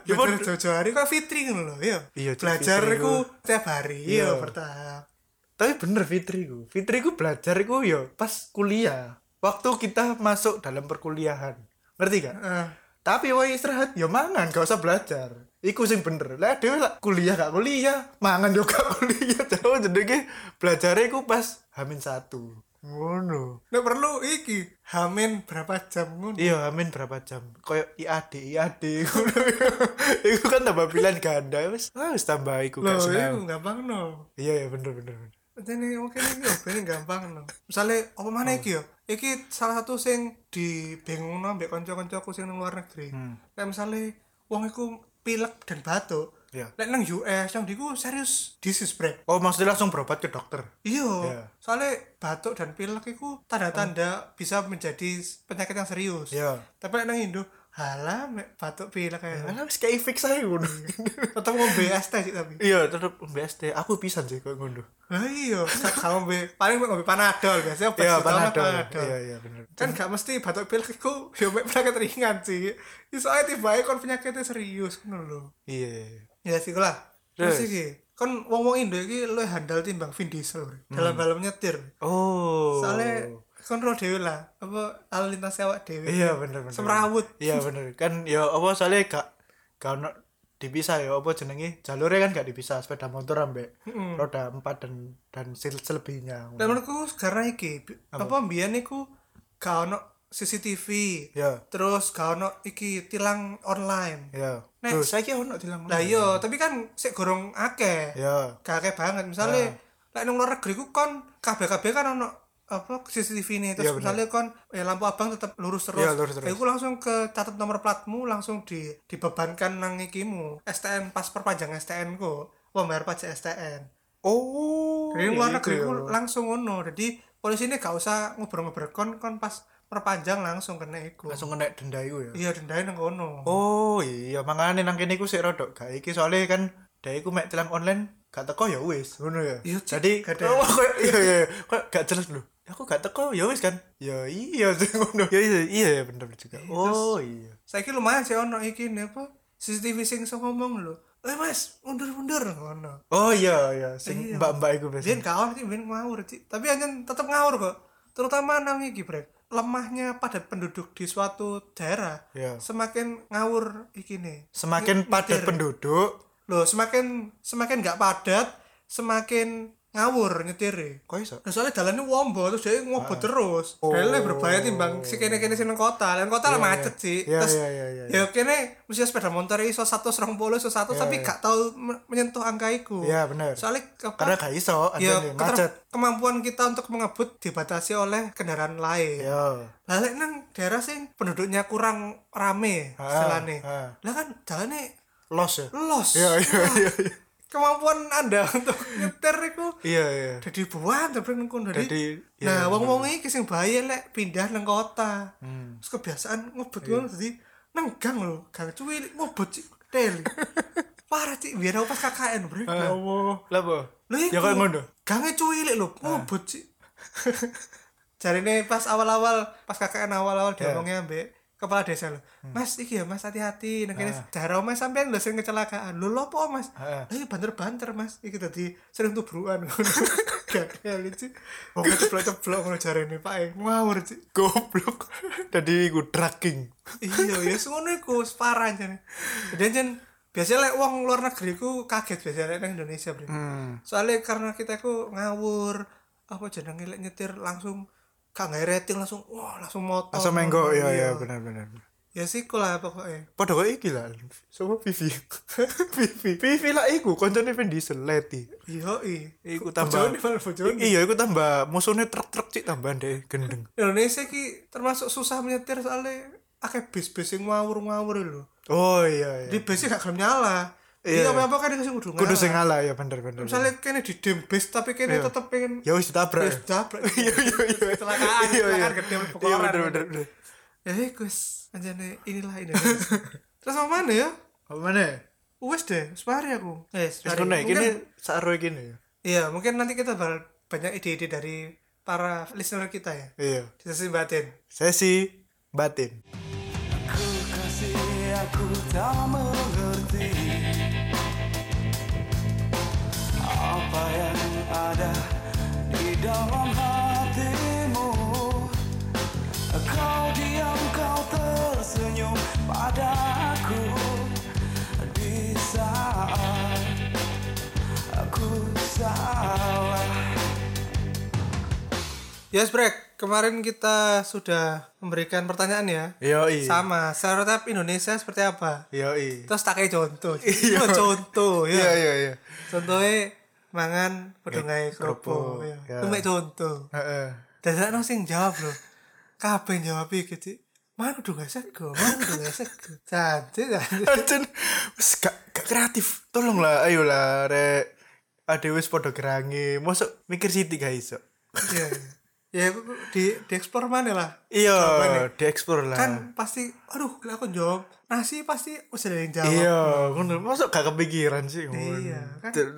ya Cuman- bener jojo hari kok fitri ngono lho ya Iya, Cik, belajar fitri iku tiap hari Iya. ya bertahap tapi bener Fitri ku Fitri ku belajar ku ya pas kuliah waktu kita masuk dalam perkuliahan ngerti gak? Eh. tapi wah istirahat ya mangan gak usah belajar iku sing bener lah dhewe lah kuliah gak kuliah mangan juga gak kuliah jauh jadi belajarnya ku pas hamin satu ngono nah perlu iki hamin berapa jam ngono iya hamin berapa jam koyo IAD IAD ngono. iku kan tambah pilihan ganda wis ah, wis tambah iku gak lho iku seneng gampang no iya iya bener bener, bener. Jadi mungkin ini ini gampang no. Misalnya apa mana iki ya? Iki salah satu sing dibingung ambek kanca-kancaku sing nang luar negeri. Hmm. Kayak misalnya wong iku pilek dan batuk. Iya. Lek nang US yang diku serius disease break. oh maksudnya langsung berobat ke dokter Iya, Iya. Oh. soalnya batuk dan pilek itu tanda-tanda bisa menjadi penyakit yang serius. Iya. Tapi nang Indo, halah mek batuk pilek kayak Alah wis kayak fix aja ngono. tetep ngombe es teh sih tapi. Iya, tetep BST. Aku pisan sih kok ngono. Lah iya, gak gak ngombe paling mek ngombe panadol biasanya obat Iya, jutaan lah panadol. Iya, iya bener. Kan gak mesti batuk pilek iku ya mek penyakit ringan sih. Ya, Soalnya tiba-tiba kon penyakitnya serius ngono lho. Iya. Ya sih lah. Terus? Terus iki kon wong-wong Indo iki luwih handal timbang Vin Diesel Bro. Hmm. dalam-dalam nyetir. Oh. soalnya kontrol dewi lah apa lalu lintas awak dewi iya bener bener. semrawut Iya bener. Kan ya apa soalnya gak gak ono dipisah ya apa jenenge? Jalurnya kan gak dipisah sepeda motor ambek roda 4 dan dan sel- selebihnya. Ya, dan menurutku sekarang iki bi- apa mbiyen niku gak ono CCTV Ya. terus gak ono iki tilang online Iya. Nah, Terus Next. iya. saiki ono dilang. lah yo tapi kan sik gorong akeh Iya. Ah. gak akeh banget misalnya lek nang luar negeri ku kon kabeh-kabeh kan ono apa CCTV ini Iya, terus bener. misalnya kon eh, lampu abang tetap lurus terus, Iya, lurus terus. Eh, iku langsung ke catat nomor platmu langsung di dibebankan nang ikimu STN pas perpanjang STN ku wah bayar pajak STN Oh. dari luar negeri ya, ku Bro. langsung ngono jadi polisi ini gak usah ngobrol-ngobrol kon kon pas perpanjang langsung kena iku langsung kena denda iku ya. iya dendain nang kono Oh iya makanya nang kene iku sik rodok gak iki soalnya kan dhek iku mek tilang online gak teko ya wis ngono ya. Iya, Cik, Jadi gak gak ada. iya iya iya. kok gak jelas lho. Aku gak teko ya wis kan. Ya iya ngono. Ya iya iya ya, bener juga. Oh iya. saya kira lumayan sih ono iki ini apa CCTV sing iso ngomong lho eh mas mundur-mundur ngono Oh iya iya sing Iya. mbak-mbak iku biasa. Biar kawan sih, biar ngawur sih. Tapi anjen tetap ngawur kok. Terutama nang iki brek. Lemahnya padat penduduk di suatu daerah Iya. semakin ngawur iki nih. Semakin Nge- padat nyetir. penduduk, Loh, semakin semakin nggak padat, semakin ngawur nyetir. kok iso? Nah, soalnya jalannya wombo terus dia ngobot terus. Oh. Dalilnya berbahaya timbang si kene kene sing nang kota. Lan kota lah Iya, macet iya. sih. Iya, terus iya, iya, iya, ya kene mesti sepeda motor iso 120, iso 100 tapi iya. gak tau men- menyentuh angka iku. Iya, bener. Soalnya apa- Karena gak iso, ada ya, yang macet. keter- kemampuan kita untuk mengebut dibatasi oleh kendaraan lain. Iya. Lah lek nang daerah sing penduduknya kurang rame Ah, istilahne. ah. Lah kan jalane Los ya. los. Iya, iya, Wah, iya, iya. Kemampuan Anda untuk nyetir iku Iya, iya. dadi buan tapi nengkon Dadi- dadi. iya, Nah, iya, wong-wong iki sing bahaya lek pindah nang kota. Hmm. Terus kebiasaan ngebut Iya. ngono dadi nang gang lho, gang cuwilik ngebut cik teli. Parah cik, biar aku pas KKN, Bro. Ya Allah. Lah apa? Lho Ya iku. kok ngono. Gange cuwilik lho, ngobot sih. Jarine pas awal-awal, pas KKN awal-awal Ya. diomongnya ambek kepala desa lho. Mas iki ya Mas hati-hati nek kene daerah Mas sampean lho sing kecelakaan. Lho lho apa Mas? Ah. Lah iya banter-banter Mas. Iki tadi sering tubrukan ngono. Gagal iki. Wong ceplok-ceplok ngono jarine Pak. E. Ngawur sih. Goblok. Tadi gue tracking. iya ya ngono iku parah jane jadi jen biasanya lek wong luar negeri ku kaget biasanya lek nang Indonesia bro Hmm. soalnya karena kita ku ngawur apa jenenge lek nyetir langsung gak nggak rating langsung wah langsung motor Asam menggo, iya iya bener benar benar. ya sih lah pokoknya Padha kok iki lah. Sopo Vivi? Vivi. Vivi lah iku koncone Vin Diesel leti. iya i Iku tambah. Bojone, malah bojone. I- Iya, iku tambah musuhnya truk-truk cik tambahan deh gendeng. Indonesia ki termasuk susah menyetir soalnya akeh bis-bis yang ngawur-ngawur lho Oh iya di iya. bisnya gak gelem nyala Iya. iya apa-apa kan dikasih kudu Kudu sing nyala ngalah ya bener bener. misalnya kene di dem bis tapi kene Iya. tetep pengen ya wis ditabrak. Terus jabrak. Iya iya iya. Kecelakaan, Iya, iya. kecelakaan gede pokoknya Iya orang. bener bener. bener. Ya eh, Gus, anjane inilah ini. Terus sama mana ya? Apa meneh? Wes deh, separi aku. Eh, Wis separi. ngono iki Mungkin- sakro iki ya. Iya, mungkin nanti kita bakal banyak ide-ide dari para listener kita ya. Iya. Di sesi batin. Sesi batin. Yes, Brek. Kemarin kita sudah memberikan pertanyaan ya. Yoi. Sama, stereotip Indonesia seperti apa? Yoi. Terus tak kayak contoh. Iya, contoh Iya ya. iya iya. Contohnya mangan pedungai kerupuk, kerupuk. ya. ya. Itu mek contoh. Heeh. Dadak no sing jawab lho. Kabeh jawab iki, Cik. Mana kudu gak sego, mana kudu gak sego. Cantik, cantik. Anjen, wis gak, gak kreatif. Tolonglah, ayolah rek. Ade wis padha gerangi. Mosok mikir sithik gak iso. Ya, ya. Ya, aku di, di eksplor mana lah. Jawabannya. Iya, dieksplor lah. Kan pasti, aduh, gila aku jawab. Nasi pasti udah ada yang jawab. iya, ngono. Mosok gak kepikiran sih ngono. ya, Iya, kan. Ter-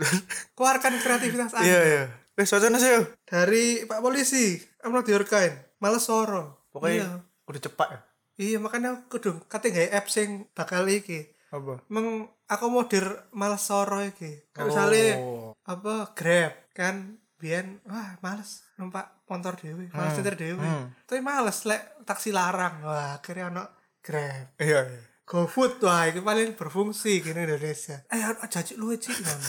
Keluarkan kreativitas Anda. Iya, iya. Wis wacana sih. yo. Dari Pak Polisi, I'm not your kind. Males sorong. Iya. Pokoknya kudu cepat. ya. Iya, makanya aku kudu kate gawe apps sing bakal iki. Apa? mengakomodir males soro iki. Kayak misalnya Oh. apa Grab kan biyen wah males numpak motor dhewe, males Hmm. nyetir dhewe. Tapi males lek taksi larang. Wah, akhirnya ono Grab. Iya, iya. GoFood wah iki paling berfungsi gini Indonesia. Eh ono janji luwe cik ngono.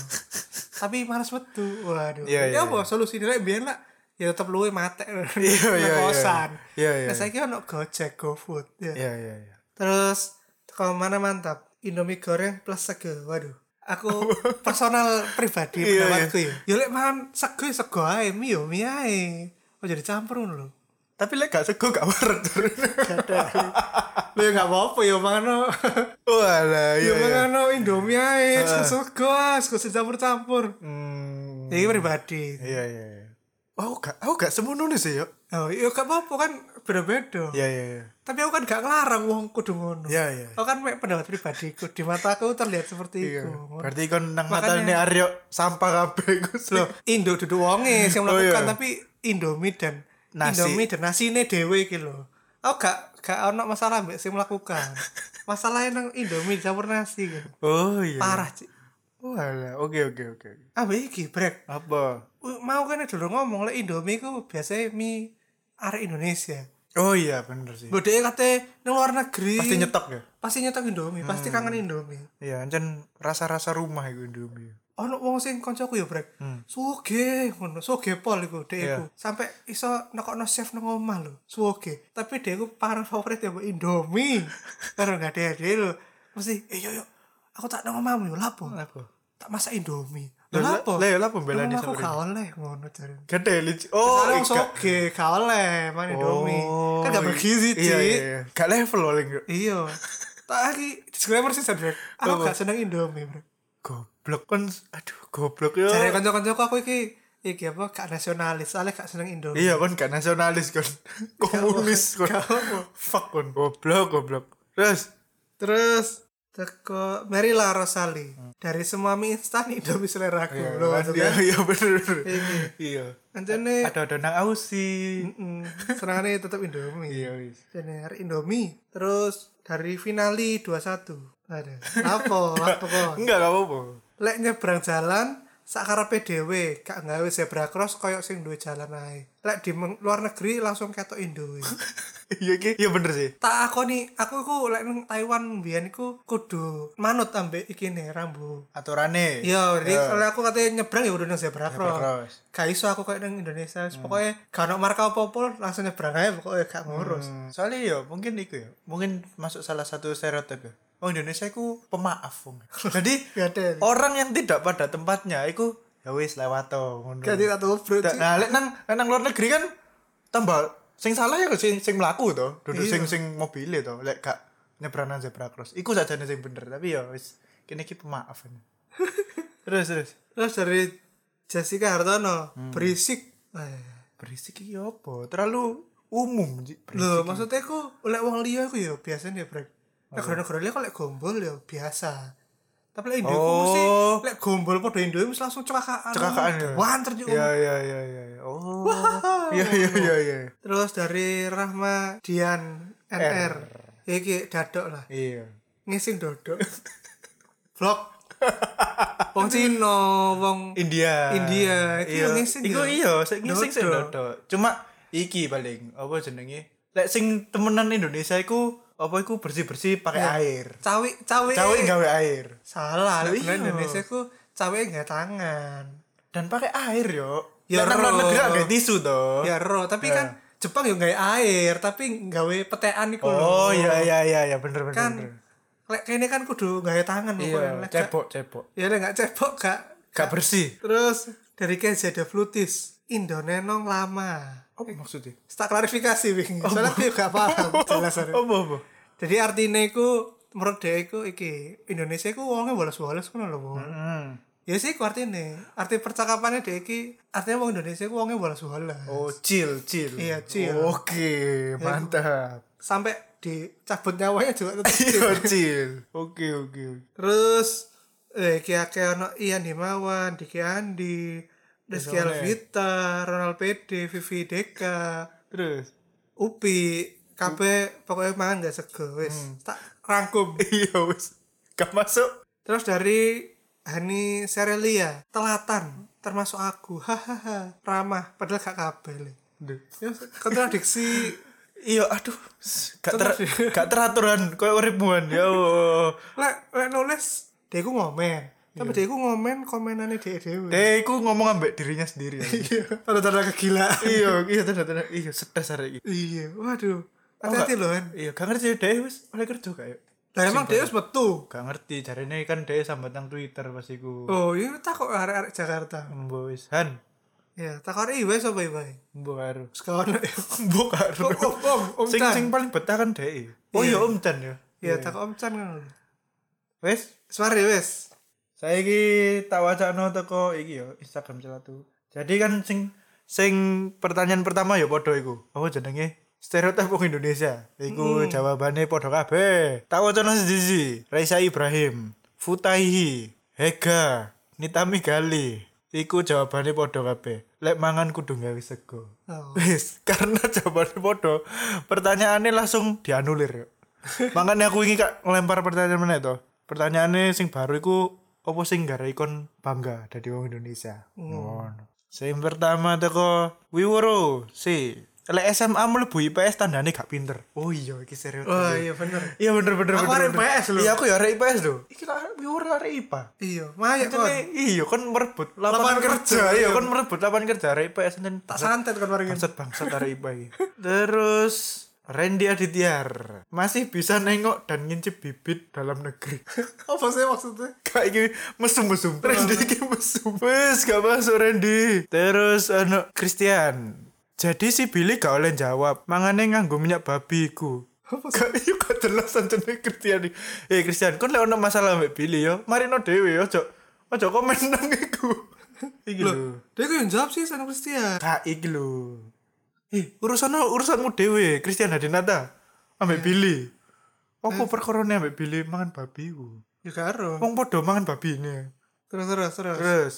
Tapi males metu. Waduh. Iya, iya, Ya apa solusi lek biyen lah ya tetep luwe mate iya, iya. kosan. Iya, iya, Nah, saiki ono Gojek, GoFood. Ya. Iya, iya, iya. Terus kalau mana mantap? Indomie goreng plus sego. Waduh. Aku personal pribadi Iya, pendapatku ya. Ya lek mangan sego ya sego ae, mie yo mie ae. kok jadi campur ngono lho Tapi lek gak sego gak warek Cur. Lho ya gak apa-apa ya mangano. Walah, Ya iya. iya. mangano Indomie ae, sego sego campur-campur. Hmm, Ya iki pribadi. Iya, iya, iya. Aku gak aku gak semono nih sih, yo. Oh, ya gak apa-apa kan beda-beda. Iya, iya, iya. Tapi aku kan gak ngelarang wong kudu ngono. Iya, iya. Aku kan mek pendapat pribadiku di mataku terlihat seperti Iya. itu. Berarti kon nang Makanya- matane Aryo sampah kabeh iku Loh, Indo duduk wonge sing Oh, melakukan iya. tapi Indomie dan Nasi. Indomie dan nasine dhewe iki lho. Aku gak gak ono masalah mbek sing melakukan. Masalahnya nang Indomie campur nasi gitu. Oh iya. Parah, Cik. Walah, oke oke oke. Ambek iki brek. Apa? Wih, mau kan dulu ngomong lek Indomie ku biasanya mie arek Indonesia. Oh iya bener sih. Bodeke kate nang luar negeri. Pasti nyetok ya. Hmm. Pasti nyetok Indomie, pasti kangen Indomie. Iya, ancen rasa-rasa rumah iku Indomie. Ono wong sing koncoku ya, Brek. Suge, ngono, suge pol iku dhek Hmm. Iya. iku. Sampai iso nekokno chef nang omah lho, suge. Tapi dhek iku parah favorit ya mbak Indomie. Karo gak ada dhek lho. Mesti, "Eh yo yo, aku tak nang omahmu yo lapo." Apa? Tak masak Indomie. Lah, Lho lapo? lah, ya, lapo belani sampe- Aku gak oleh ngono jare. Gede lic. Oh, Oh, wong soge, gak oleh makan Indomie. Kan gak bergizi, Cik. Iya, iya, iya. Gak level oleh yo. Iya. Tak iki disclaimer sih, Brek. Aku Apa? gak seneng Indomie, Brek. Goblok kon aduh goblok yo. Cari kanca-kancaku aku iki iki apa gak nasionalis, soalnya gak seneng Indomie. Iya kon gak nasionalis kon. Komunis kon. Fuck kon goblok goblok. Terus Terus teko Marila Rosali. Dari semua mie instan Indomie seleraku. Hmm. Iya, Loh, kan, itu iya, kan. iya bener. bener. Iya. Anjane Ada ada nang ausi. mm, serangane tetap Indomie. Iya wis. Jadi hari Indomie. Terus dari finali 21. Ada. Apa? Apa kok? Enggak gak apa-apa. Lek nyebrang jalan sakarepe dhewe, gak nggawe zebra cross koyok sing duwe jalan ae. Lek di meng- luar negeri langsung ketok Indomie. Iya ki, iya bener sih. tak aku nih aku iku lek nang Taiwan mbiyen iku kudu manut ambek iki nih rambu Aturane. Iya, jadi kalau aku katanya nyebrang ya udah nang zebra cross. Hmm. cross. Gak iso aku kayak nang Indonesia, pokoknya gak ono marka apa-apa langsung nyebrang aja pokoknya gak ngurus. Hmm, Soalnya ya mungkin itu ya. Mungkin masuk salah satu stereotip ya. Oh Indonesia itu pemaaf wong. Jadi Gak ada. nih. orang yang tidak pada tempatnya itu ya wis lewat to ngono. Gak ada tato bro. Da- Nah, lek nang lek nang luar negeri kan tambah sing salah ya sing sing mlaku to, duduk Iya. sing sing mobile to, lek gak nyebranan zebra cross. Iku saja sing bener, tapi ya wis kene iki pemaaf. terus terus. Terus dari Jessica Hartono, Hmm. berisik. Eh. Berisik iki apa? Terlalu umum Ji. Loh, maksudnya aku oleh wong liya aku ya biasanya ya, Brek. Oh. Negara-negara liya kok lek gombol ya biasa. Tapi lek Indo aku mesti Oh. lek gombol padha Indo mesti langsung celakaan. cekakan ya. Wanter juga. Iya iya iya iya. iya. Oh. Iya iya iya iya. Terus dari Rahma Dian NR. Ya iki dadok lah. Iya. Ngising dodok. Vlog. Wong Cina, wong India. India, iki Iya. yo ngising Iku ya. iya, sing ngising sing Dodok. dodok. Cuma iki paling apa jenenge? Lek sing temenan Indonesia iku apa iku bersih-bersih pakai Iya. air. cawi cawi. Cawe gawe air. Salah, Loh, lek iya. Indonesia ku cawe nggak tangan. Dan pakai air yo. Ya, Karena luar Ro. negeri ada tisu toh. ya ro tapi Iya. kan Jepang yo nggak air tapi nggawe petean iku Oh lho. iya iya iya ya bener bener. kan bener. lek kene kan kudu nggawe tangan iya, pokoknya. Lek gak- cebok cebok. ya lek gak cebok gak Gak bersih. terus dari Kenja de Flutis Indonenong lama Apa maksudnya? tak klarifikasi wing Oh, soalnya aku gak paham jelasannya Apa apa? jadi artinya iku menurut dia iku iki Indonesia iku wongnya bolos-bolos ngono lho wong Hmm. ya sih iku artinya arti percakapannya dia iki artinya wong Indonesia iku wongnya bolos-bolos Oh, chill, chill. Iya, chill. Ya. Iya. Oke, mantap. sampai dicabut nyawanya juga tetap Iya, chill. Oke, oke. Terus eh kia kia ono Ian Himawan, Diki Andi, Rizky Iya, Alvita, Ronald PD, Vivi Deka, Terus. Upi, KB pokoknya mangan gak sego wis. Tak rangkum. Iya, wis. Gak masuk. Terus dari Hani Serelia, telatan termasuk aku. Hahaha, ramah padahal gak kabel. Duh. Ya kontradiksi. Iya, aduh. Gak, ter gak teraturan koyo uripmuan. Ya Allah. lek lek nulis dia ku ngomen. Tapi dia ku ngomen komenannya dia Deh, dewe. Eh, iku ngomong ambek dirinya sendiri. ya. Iya, tanda-tanda kegilaan. iya, iya tanda-tanda. Iya, stres arek iki. Iya, waduh. Hati-hati loh kan. Iya, gak ngerti deh wis oleh kerja kayak. Lah emang dia wis metu. Gak ngerti jarene kan deh sambat nang Twitter pas iku. Oh, iya tak kok arek-arek Jakarta. Embo wis Han. ya takon iwe sapa iwe Mbok karo. sekono Mbok karo. Om, om, om, om Sing Chan. sing paling betah kan dhek. Oh iya Iya. Om Chan ya. ya takon om Chan ngono Wes, suara wes saiki tak wacana teko iki ya Instagram celatu. Jadi kan sing sing pertanyaan pertama ya padha iku. Apa jenenge? Stereotip wong Indonesia. Iku jawabannya padha kabeh. Tak wacana siji Raisa Ibrahim, Futaihi, Hega, Nitami Gali. Iku jawabannya padha kabeh. Lek mangan kudu gawe sego. Oh. Wis, karena jawabannya padha. Pertanyaannya langsung dianulir. yuk. Makanya aku ingin kak ngelempar pertanyaan mana itu. Pertanyaannya sing baru iku apa sing gara ikon bangga dari wong Indonesia. Hmm. Ngono. Sing pertama teko Wiworo si lek SMA mlebu IPS tandane gak pinter. Oh iya iki serius. oh iya bener Iya bener bener. Aku bener, arek bener. IPS lho. Iya aku ya arek IPS lho. Iki lah arek Wiworo arek IPA. iya maya Jadi, kon iya kon merebut Lapangan lapangan kerja. kerja, Iya iya. kon merebut lapangan kerja arek IPS dan tak santet kan kon mari bangsat bangsat dari iba iki. terus Randy Aditya masih bisa nengok dan ngincip bibit dalam negeri apa sih maksudnya kayak gini mesum mesum Randy iki mesum wes gak masuk Randy terus ano Christian jadi si Billy gak oleh jawab mangane nganggo minyak babi iku Gak iya gak jelas anjene Christian iki. Eh Christian, kon lek ono masalah mbek Billy yo, marino dhewe ojo ojo komen nang iku. Iki lho. Loh, dia kok yang jawab sih sama Christian Kak iki lho. Eh, urusanmu urusanmu dhewe, Christian Hadinata. Ambek Billy. Apa perkorone ambek Billy mangan babi ku? ya karo Wong padha mangan babine. terus terus terus Terus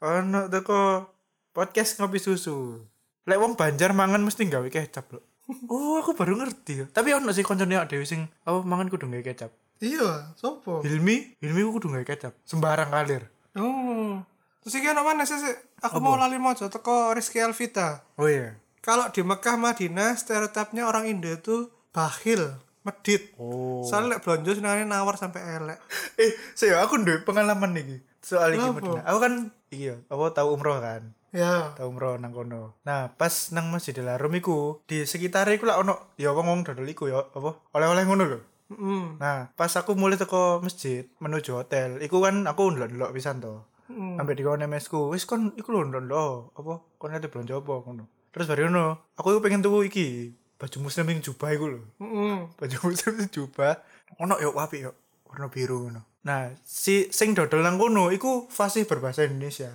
ono teko podcast ngopi susu. Lek wong Banjar mangan mesti gawe kecap lho. Oh, aku baru ngerti. ya. Tapi ono sih koncone awake dhewe sing oh mangan kudu gawe kecap. iya sopo Hilmi, Hilmi ku kudu gawe kecap. Sembarang kalir. oh terus iki ono mana sih sih? aku mau lali mojo teko Rizky Alvita Oh iya. kalau di Mekah Madinah stereotipnya orang Indo itu bakhil medit Oh. soalnya lek blonjo senangnya nawar sampai elek eh saya aku nduwe pengalaman iki soal iki Kenapa? Medina aku kan iya aku tahu umroh kan ya tahu umroh nang kono nah pas nang Masjidil Haram iku di sekitar iku lah ono ya wong wong dodol iku ya apa oleh-oleh ngono lho mm nah pas aku mulai teko masjid menuju hotel iku kan aku ndelok-ndelok pisan to Mm. sampai di kawan mesku wis kon iku lho ndelok apa kon ada belanja apa ngono terus baru ngono aku iku pengen tuku iki baju muslim yang jubah iku lho mm baju muslim itu jubah ono yo wapi yo warna biru ngono nah si sing dodol nang kono iku fasih berbahasa Indonesia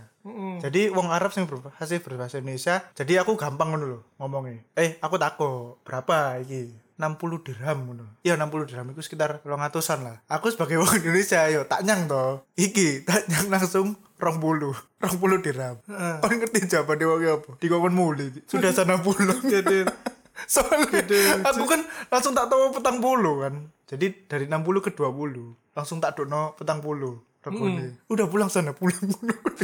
jadi wong Arab sing berba- fasih berbahasa Indonesia jadi aku gampang ngono lho ngomongnya eh aku tako berapa iki 60 dirham ngono. Iya 60 dirham itu sekitar 200-an lah. Aku sebagai wong Indonesia yo tak nyang to. Iki tak nyang langsung 20. 20 dirham. Heeh. Kon ngerti jawabane wong apa? Dikon muli. Sudah sana pulang. jadi soalnya aku kan langsung tak tahu petang puluh kan jadi dari 60 ke 20 langsung tak dono petang puluh regone. udah pulang sana pulang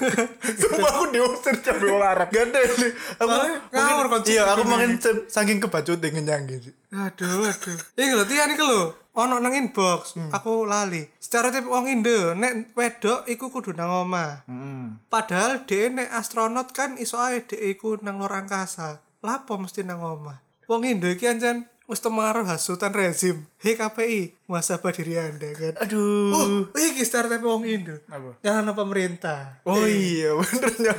semua aku diusir sampai orang Arab gak ada ini aku Soalnya ngawur mungkin, konsep iya aku ini. makin se- saking kebacut dengan yang gitu Aduh, aduh. Iki lho tian iki lho. Ono nang inbox, Hmm. aku lali. Stereotip wong Indo, nek wedok iku kudu nang omah. Hmm. Padahal dhewe nek astronot kan iso ae dhewe iku nang luar angkasa. Lapo mesti nang omah? Wong Indo iki anjen wis temaruh hasutan rezim. Hei KPI, muhasabah diri Anda kan. aduh Oh, iki stereotip wong Indo. Uh. Apa? Nyalahno pemerintah. oh iya benernya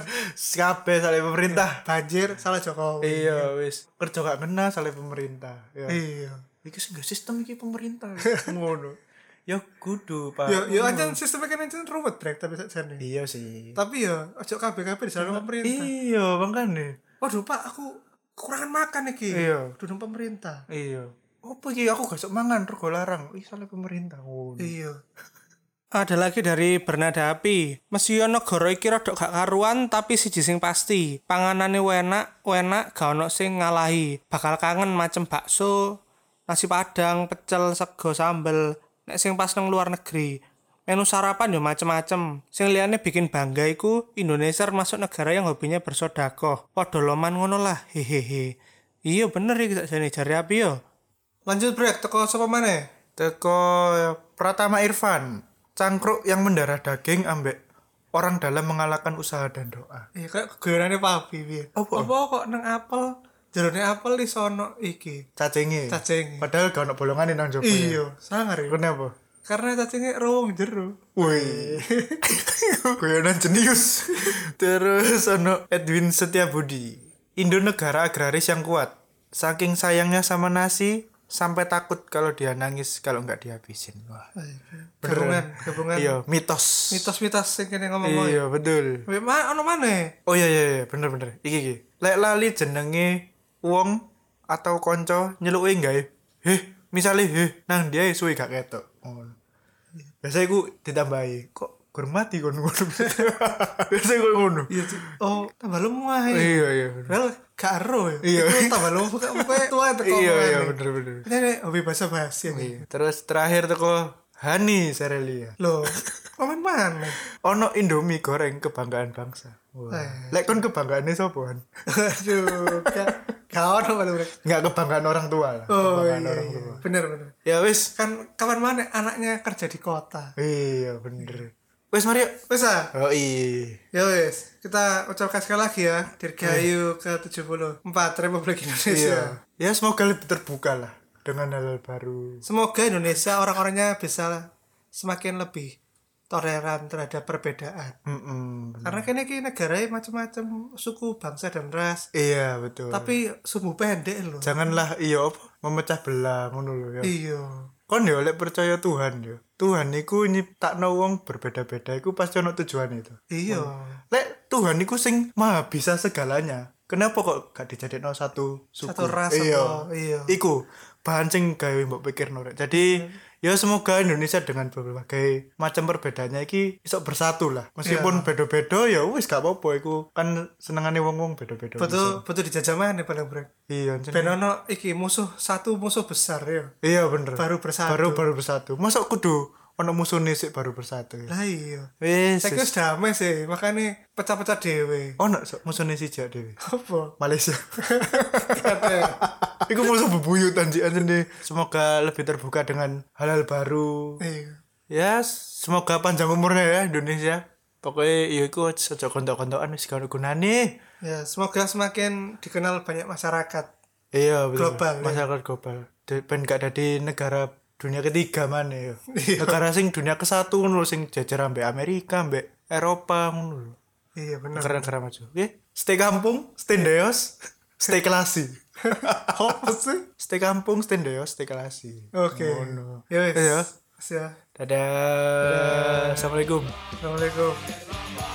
kabeh salah pemerintah Banjir salah Jokowi. iya wis kerja gak kena salah pemerintah ya. Iya. iki sing gak sistem iki pemerintah ngono ya kudu pak Yo yo anjen sistemnya kan anjen ruwet brek tapi sakjane. iya sih tapi ya ojo kabeh kabeh disalahno pemerintah iya makanya waduh pak aku kekurangan makan iki Iya. dudung pemerintah iya apa iki aku gak sok mangan rego larang ih salah pemerintah Oh, ngono iya Ada lagi dari Bernada Api. Mesio negara iki rodok gak karuan tapi siji sing pasti, panganane enak, enak gak ono sing ngalahi. Bakal kangen macem bakso, nasi padang, pecel, sego sambel, nek sing pas nang luar negeri. Menu sarapan yo macem-macem. Sing liyane bikin bangga iku Indonesia termasuk negara yang hobinya bersodakoh. Padha loman ngono lah. Hehehe. Iya bener iki sakjane jari api yo. lanjut brek teko sapa maneh teko Pratama Irfan cangkruk yang mendarah daging ambek orang dalam mengalahkan usaha dan doa iya kayak kegoyanane papi piye Apa? ya. kok nang apel jerone apel di sono iki cacingi Cacingi. padahal gak ono bolongan nang e. jopo iya sangar ya kenapa karena cacingnya ruwung jero Woi. Guyonan jenius. Terus ono Edwin Setiabudi. Indo negara agraris yang kuat. Saking sayangnya sama nasi sampai takut kalau dia nangis kalau nggak dihabisin. Wah. gabungan gabungan Iya, mitos. mitos-mitos yang kena ngomong Iya, betul. Wih, ma, ono mana? Oh iya iya iya, bener bener. Iki iki. Lek lali jenenge wong atau konco nyeluki gawe. Heh, misale heh nang dia suwe gak ketok. Ngono. Biasa iku ditambahi. Kok gur mati kon ngono. Biasa iku ngono. Iya, Cik. oh, tambah lemu aja. Iya iya. bener. Padahal gak ero ya. Iya. Itu tambah lemu buka muka tua teko. Iya omongannya. iya bener bener. Ini nih, hobi bahasa basi nih. Iya. Terus terakhir teko Hani Serelia. Loh, komen mana? Ono Indomie goreng kebanggaan bangsa. Eh. Wah. Lek kon kebanggaane sapa? Han? Aduh, gak gak ono malah mereka. Nggak kebanggaan orang tua lah. Oh iya, kebanggaan iya. orang tua. bener bener. Ya wis, Kan kapan mana anaknya kerja di kota? Iya bener. Wes Mario. Wes ah, Oh iya. ya wes. Kita ucapkan sekali lagi ya Dirgahayu ke 74 Republik Indonesia. Iya. Ya semoga lebih terbuka lah dengan hal-hal baru. Semoga Indonesia orang-orangnya bisa semakin lebih toleran terhadap perbedaan. Mm-mm. Karena kayaknya ini negara macam-macam suku, bangsa dan ras. Iya betul. Tapi sumbu pendek loh. janganlah iya apa memecah belah ngono lho ya. Iya. Kon ya oleh percaya Tuhan ya. Tuhan iku nyiptakno wong berbeda-beda iku pasti ono tujuan itu. Iya. Lek Tuhan iku sing maha bisa segalanya. Kenapa kok gak dijadikan satu suku? Satu ras, iya. satu- iya. Hmm. Iku bahan sing gawe mbok pikir norek. Jadi ya semoga Indonesia dengan berbagai macam perbedaannya iki iso bersatu lah. Meskipun beda-beda ya wis gak apa-apa iku kan senengane wong-wong beda-beda. Betul, betul dijajah mana paling brek. wis. Iya, anjen. Ben ono iki musuh satu musuh besar ya. Iya bener. Baru bersatu. Baru baru bersatu. Masa kudu ono musuhne sik baru bersatu. ya? Lah iya. Wis. Saya wis. kira damai sih, makanya pecah-pecah dewe. Ono sok musuhne siji dhewe. Apa? Malaysia. Iku musuh bebuyut anjir anjir nih. Semoga lebih terbuka dengan hal-hal baru. Iya. Ya, semoga panjang umurnya ya Indonesia. Pokoknya ya iku aja kontok-kontokan wis gak ono gunane. Ya, semoga semakin dikenal banyak masyarakat. Iya, betul. Global, ya. Masyarakat global. De- Ben gak di negara dunia ketiga mana ya. Negara sing dunia ke-1 ngono lho, sing jejer ambek Amerika, ambek Eropa ngono lho. Iya benar. Negara-negara maju. Oke, stay kampung, stay deos, stay kelasi. Apa sih? stay kampung, stay deos, stay kelasi. Oke. Ngono. Ya wis. Iya. Wis Ya. Dadah. Assalamualaikum. Assalamualaikum.